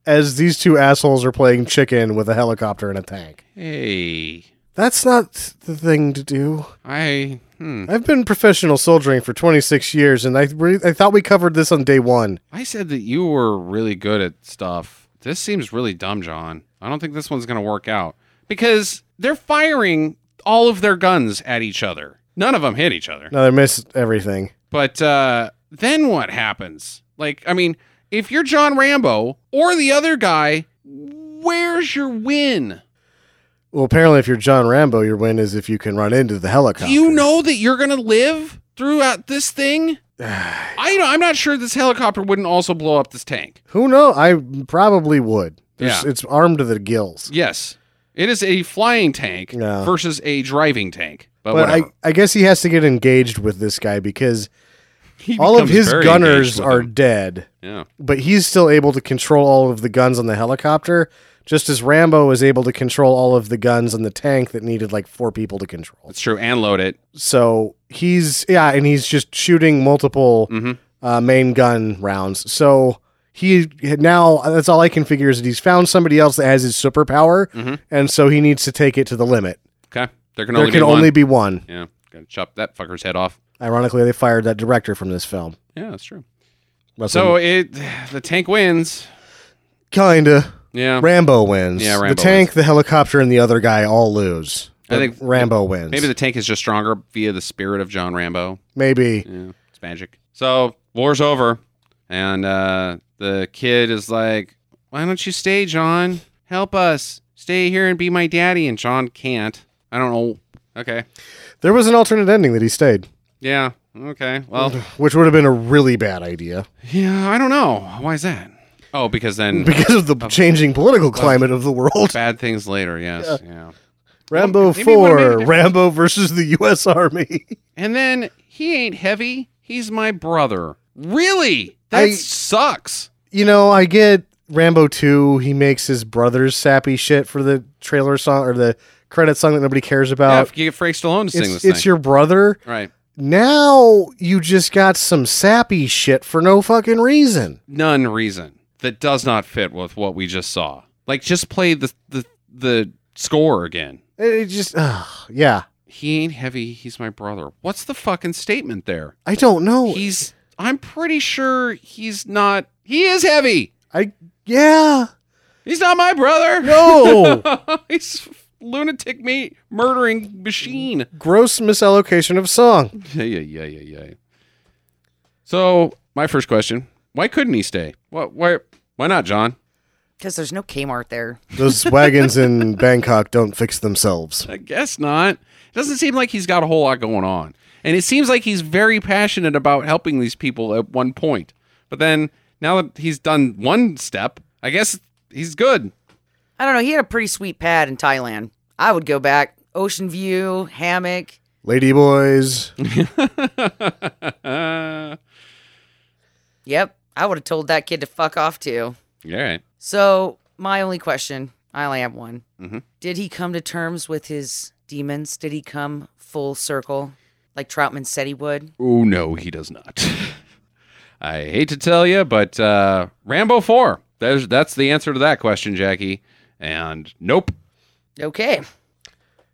as these two assholes are playing chicken with a helicopter and a tank. hey, That's not the thing to do. I hmm. I've been professional soldiering for 26 years and I re- I thought we covered this on day 1. I said that you were really good at stuff. This seems really dumb, John. I don't think this one's gonna work out because they're firing all of their guns at each other. None of them hit each other. No, they missed everything. But uh, then what happens? Like, I mean, if you're John Rambo or the other guy, where's your win? Well, apparently, if you're John Rambo, your win is if you can run into the helicopter. Do you *sighs* know *sighs* that you're gonna live throughout this thing? I know. I'm not sure this helicopter wouldn't also blow up this tank. Who know? I probably would. There's, Yeah. It's armed to the gills. Yes, it is a flying tank Yeah. versus a driving tank. But, But I, whatever. I guess he has to get engaged with this guy because He all of becomes his very engaged gunners with are him. dead, Yeah. but he's still able to control all of the guns on the helicopter Just as Rambo was able to control all of the guns in the tank that needed like four people to control. It's true. And load it. So he's yeah, and he's just shooting multiple Mhm. uh, main gun rounds. So he had now that's all I can figure is that he's found somebody else that has his superpower, Mhm. and so he needs to take it to the limit. Okay. There can There only can be only one. be one. Yeah. Gotta chop that fucker's head off. Ironically, they fired that director from this film. Yeah, that's true. So Russell- it the tank wins. kinda Yeah. Rambo wins. Um, Yeah, the Rambo tank, the helicopter, and the other guy all lose. I But think- Rambo wins. Maybe the tank is just stronger via the spirit of John Rambo. maybe Yeah, it's magic. So war's over, and uh, the kid is like, "Why don't you stay, John? Help us. Stay here and be my daddy." And John can't. I don't know. Okay. there was an alternate ending that he stayed, Yeah. Okay. Well. which would have been a really bad idea Yeah. I don't know. Why is that? Oh, because then *laughs* because of the changing political climate of *laughs* the world. bad things later. Yes. Yeah. Rambo maybe it would've made a Four, difference. Rambo versus the U.S. Army. *laughs* And then he ain't heavy. He's my brother. Really? That I- sucks. you know, I get Rambo 2, he makes his brother's sappy shit for the trailer song or the credit song that nobody cares Yeah, about. if you get Frank Stallone to sing it's this it's thing. your brother. right. Now you just got some sappy shit for no fucking reason. none reason that does not fit with what we just saw. Like just play the the the score again. It, it just, uh, yeah. He ain't heavy, he's my brother. What's the fucking statement there? I don't know. He's I'm pretty sure he's not he is heavy. I, *laughs* yeah. He's not my brother. No. *laughs* he's lunatic me murdering machine. Gross misallocation of song. Yeah, yeah, yeah, yeah, yeah. So, my first question, why couldn't he stay? What why why not, John? Because there's no Kmart there. Those wagons in Bangkok don't fix themselves. I guess not. It doesn't seem like he's got a whole lot going on. And it seems like he's very passionate about helping these people at one point. But then now that he's done one step, I guess he's good. *laughs* I don't know. He had a pretty sweet pad in Thailand. I would go back. Ocean view, hammock. Lady boys. Uh, Yep. I would have told that kid to fuck off too. all right. So, my only question I only have one. Mhm. Did he come to terms with his demons? Did he come full circle like Troutman said he would? Oh, no, he does not. *laughs* I hate to tell you, but uh, Rambo 4. There's, that's the answer to that question, Jackie. And nope. Okay.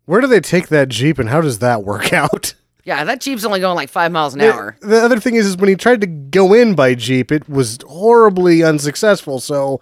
Where do they take that Jeep and how does that work *laughs* out? Yeah, that Jeep's only going like five miles an The- hour. The other thing is, is when he tried to go in by jeep, it was horribly unsuccessful. So,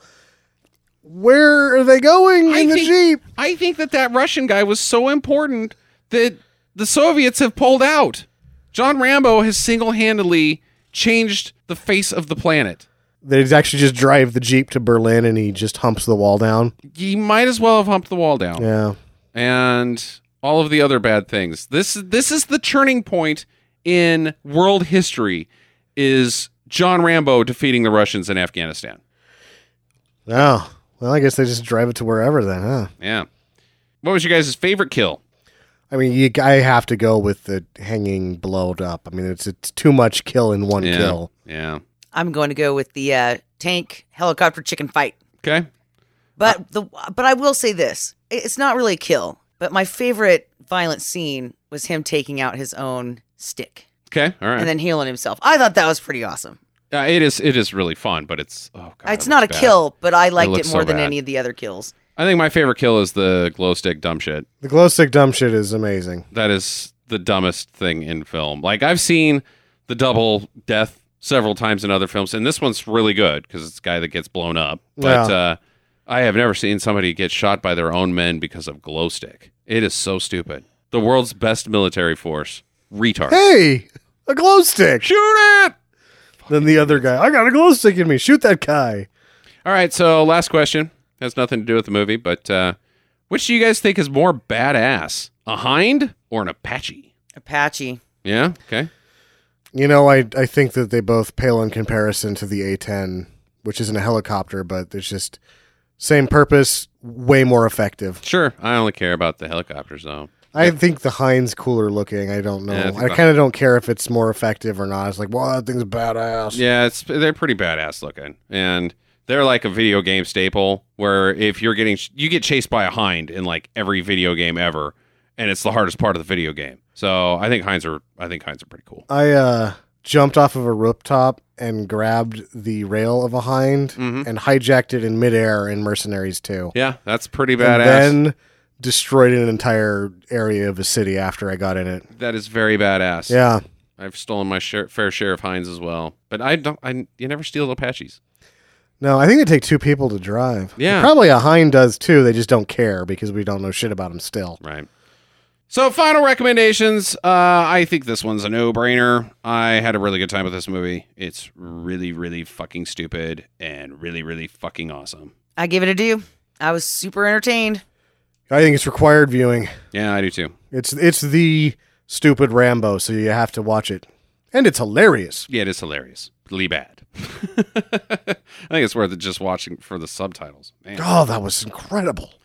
where are they going I in the think- jeep? I think that that Russian guy was so important that the Soviets have pulled out. John Rambo has single handedly changed the face of the planet. They actually just drive the jeep to Berlin, and he just humps the wall down. He might as well have humped the wall down Yeah, and all of the other bad things. This this is the turning point in world history is John Rambo defeating the Russians in Afghanistan. oh well, I guess they just drive it to wherever then, huh? Yeah. What was your guys' favorite kill? I mean, you, I have to go with the hanging blowed up. I mean, it's it's too much kill in one Yeah. kill. Yeah. I'm going to go with the uh, tank helicopter chicken fight. Okay. But the but I will say this: I- it's not really a kill. But my favorite violent scene was him taking out his own stick Okay. All right. and then healing himself. I thought that was pretty awesome. Uh, it is it is really fun, but it's oh god. it's it not a looks bad. kill, but I liked it, looks more so than bad. any of the other kills. I think my favorite kill is the glow stick dumb shit. The glow stick dumb shit is amazing. That is the dumbest thing in film. Like I've seen the double death several times in other films, and this one's really good because it's a guy that gets blown up. But Yeah. uh, I have never seen somebody get shot by their own men because of glow stick. It is so stupid. The world's best military force retard. Hey, a glow stick. Shoot it! Then the other guy, I got a glow stick in me. Shoot that guy. All right, so last question has nothing to do with the movie, but uh, which do you guys think is more badass, a hind or an Apache? Apache. Yeah. Okay. You know, I I think that they both pale in comparison to the A10, which isn't a helicopter, but it's just same purpose, way more effective. Sure. I only care about the helicopters, though. I think the Heinz cooler looking. I don't know. Yeah, I think I, the- kind of don't care if it's more effective or not. It's like, wow, that thing's badass. Yeah, it's they're pretty badass looking, and They're like a video game staple where if you're getting you get chased by a hind in like every video game ever, and it's the hardest part of the video game. So I think hinds are I think hinds are pretty cool. I uh, jumped off of a rooftop and grabbed the rail of a hind Mm. and hijacked it in midair in Mercenaries 2. Yeah, that's pretty And badass. then destroyed an entire area of a city after I got in it. that is very badass. Yeah. I've stolen my share, fair share of hinds as well, but I don't. I you never steal Apaches. No, I think they take two people to drive. Yeah. Probably a hind does too. They just don't care because we don't know shit about them still. Right. So, final recommendations. Uh, I think this one's a no brainer. I had a really good time with this movie. It's really, really fucking stupid and really, really fucking awesome. I give it a do. I was super entertained. I think it's required viewing. Yeah, I do too. It's it's the stupid Rambo, so you have to watch it. And it's hilarious. Yeah, it is hilarious. Lee bad. *laughs* I think it's worth it just watching for the subtitles. Man. Oh, that was incredible.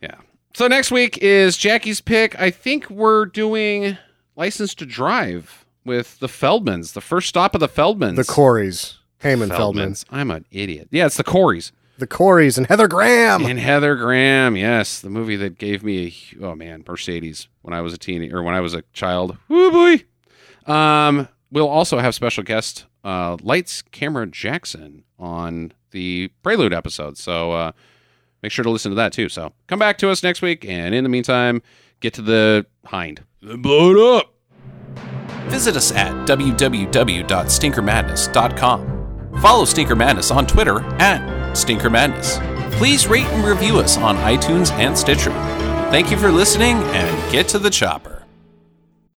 Yeah. So next week is Jackie's pick. I think we're doing License to Drive with the Feldmans, the first stop of the Feldmans. The Coreys. Heyman Feldman. Feldmans. I'm an idiot. Yeah, it's the Coreys. The Coreys and Heather Graham. And Heather Graham, yes, the movie that gave me a hu- oh man, Mercedes when I was a teen or when I was a child. Woo boy. Um, we'll also have special guest uh, Lights Camera Jackson on the Prelude episode. So uh, make sure to listen to that too. So come back to us next week, and in the meantime, get to the hind. Blow it up. Visit us at www.stinkermadness.com. Follow Stinker Madness on Twitter at Stinker Madness. Please rate and review us on iTunes and Stitcher. Thank you for listening and get to the chopper.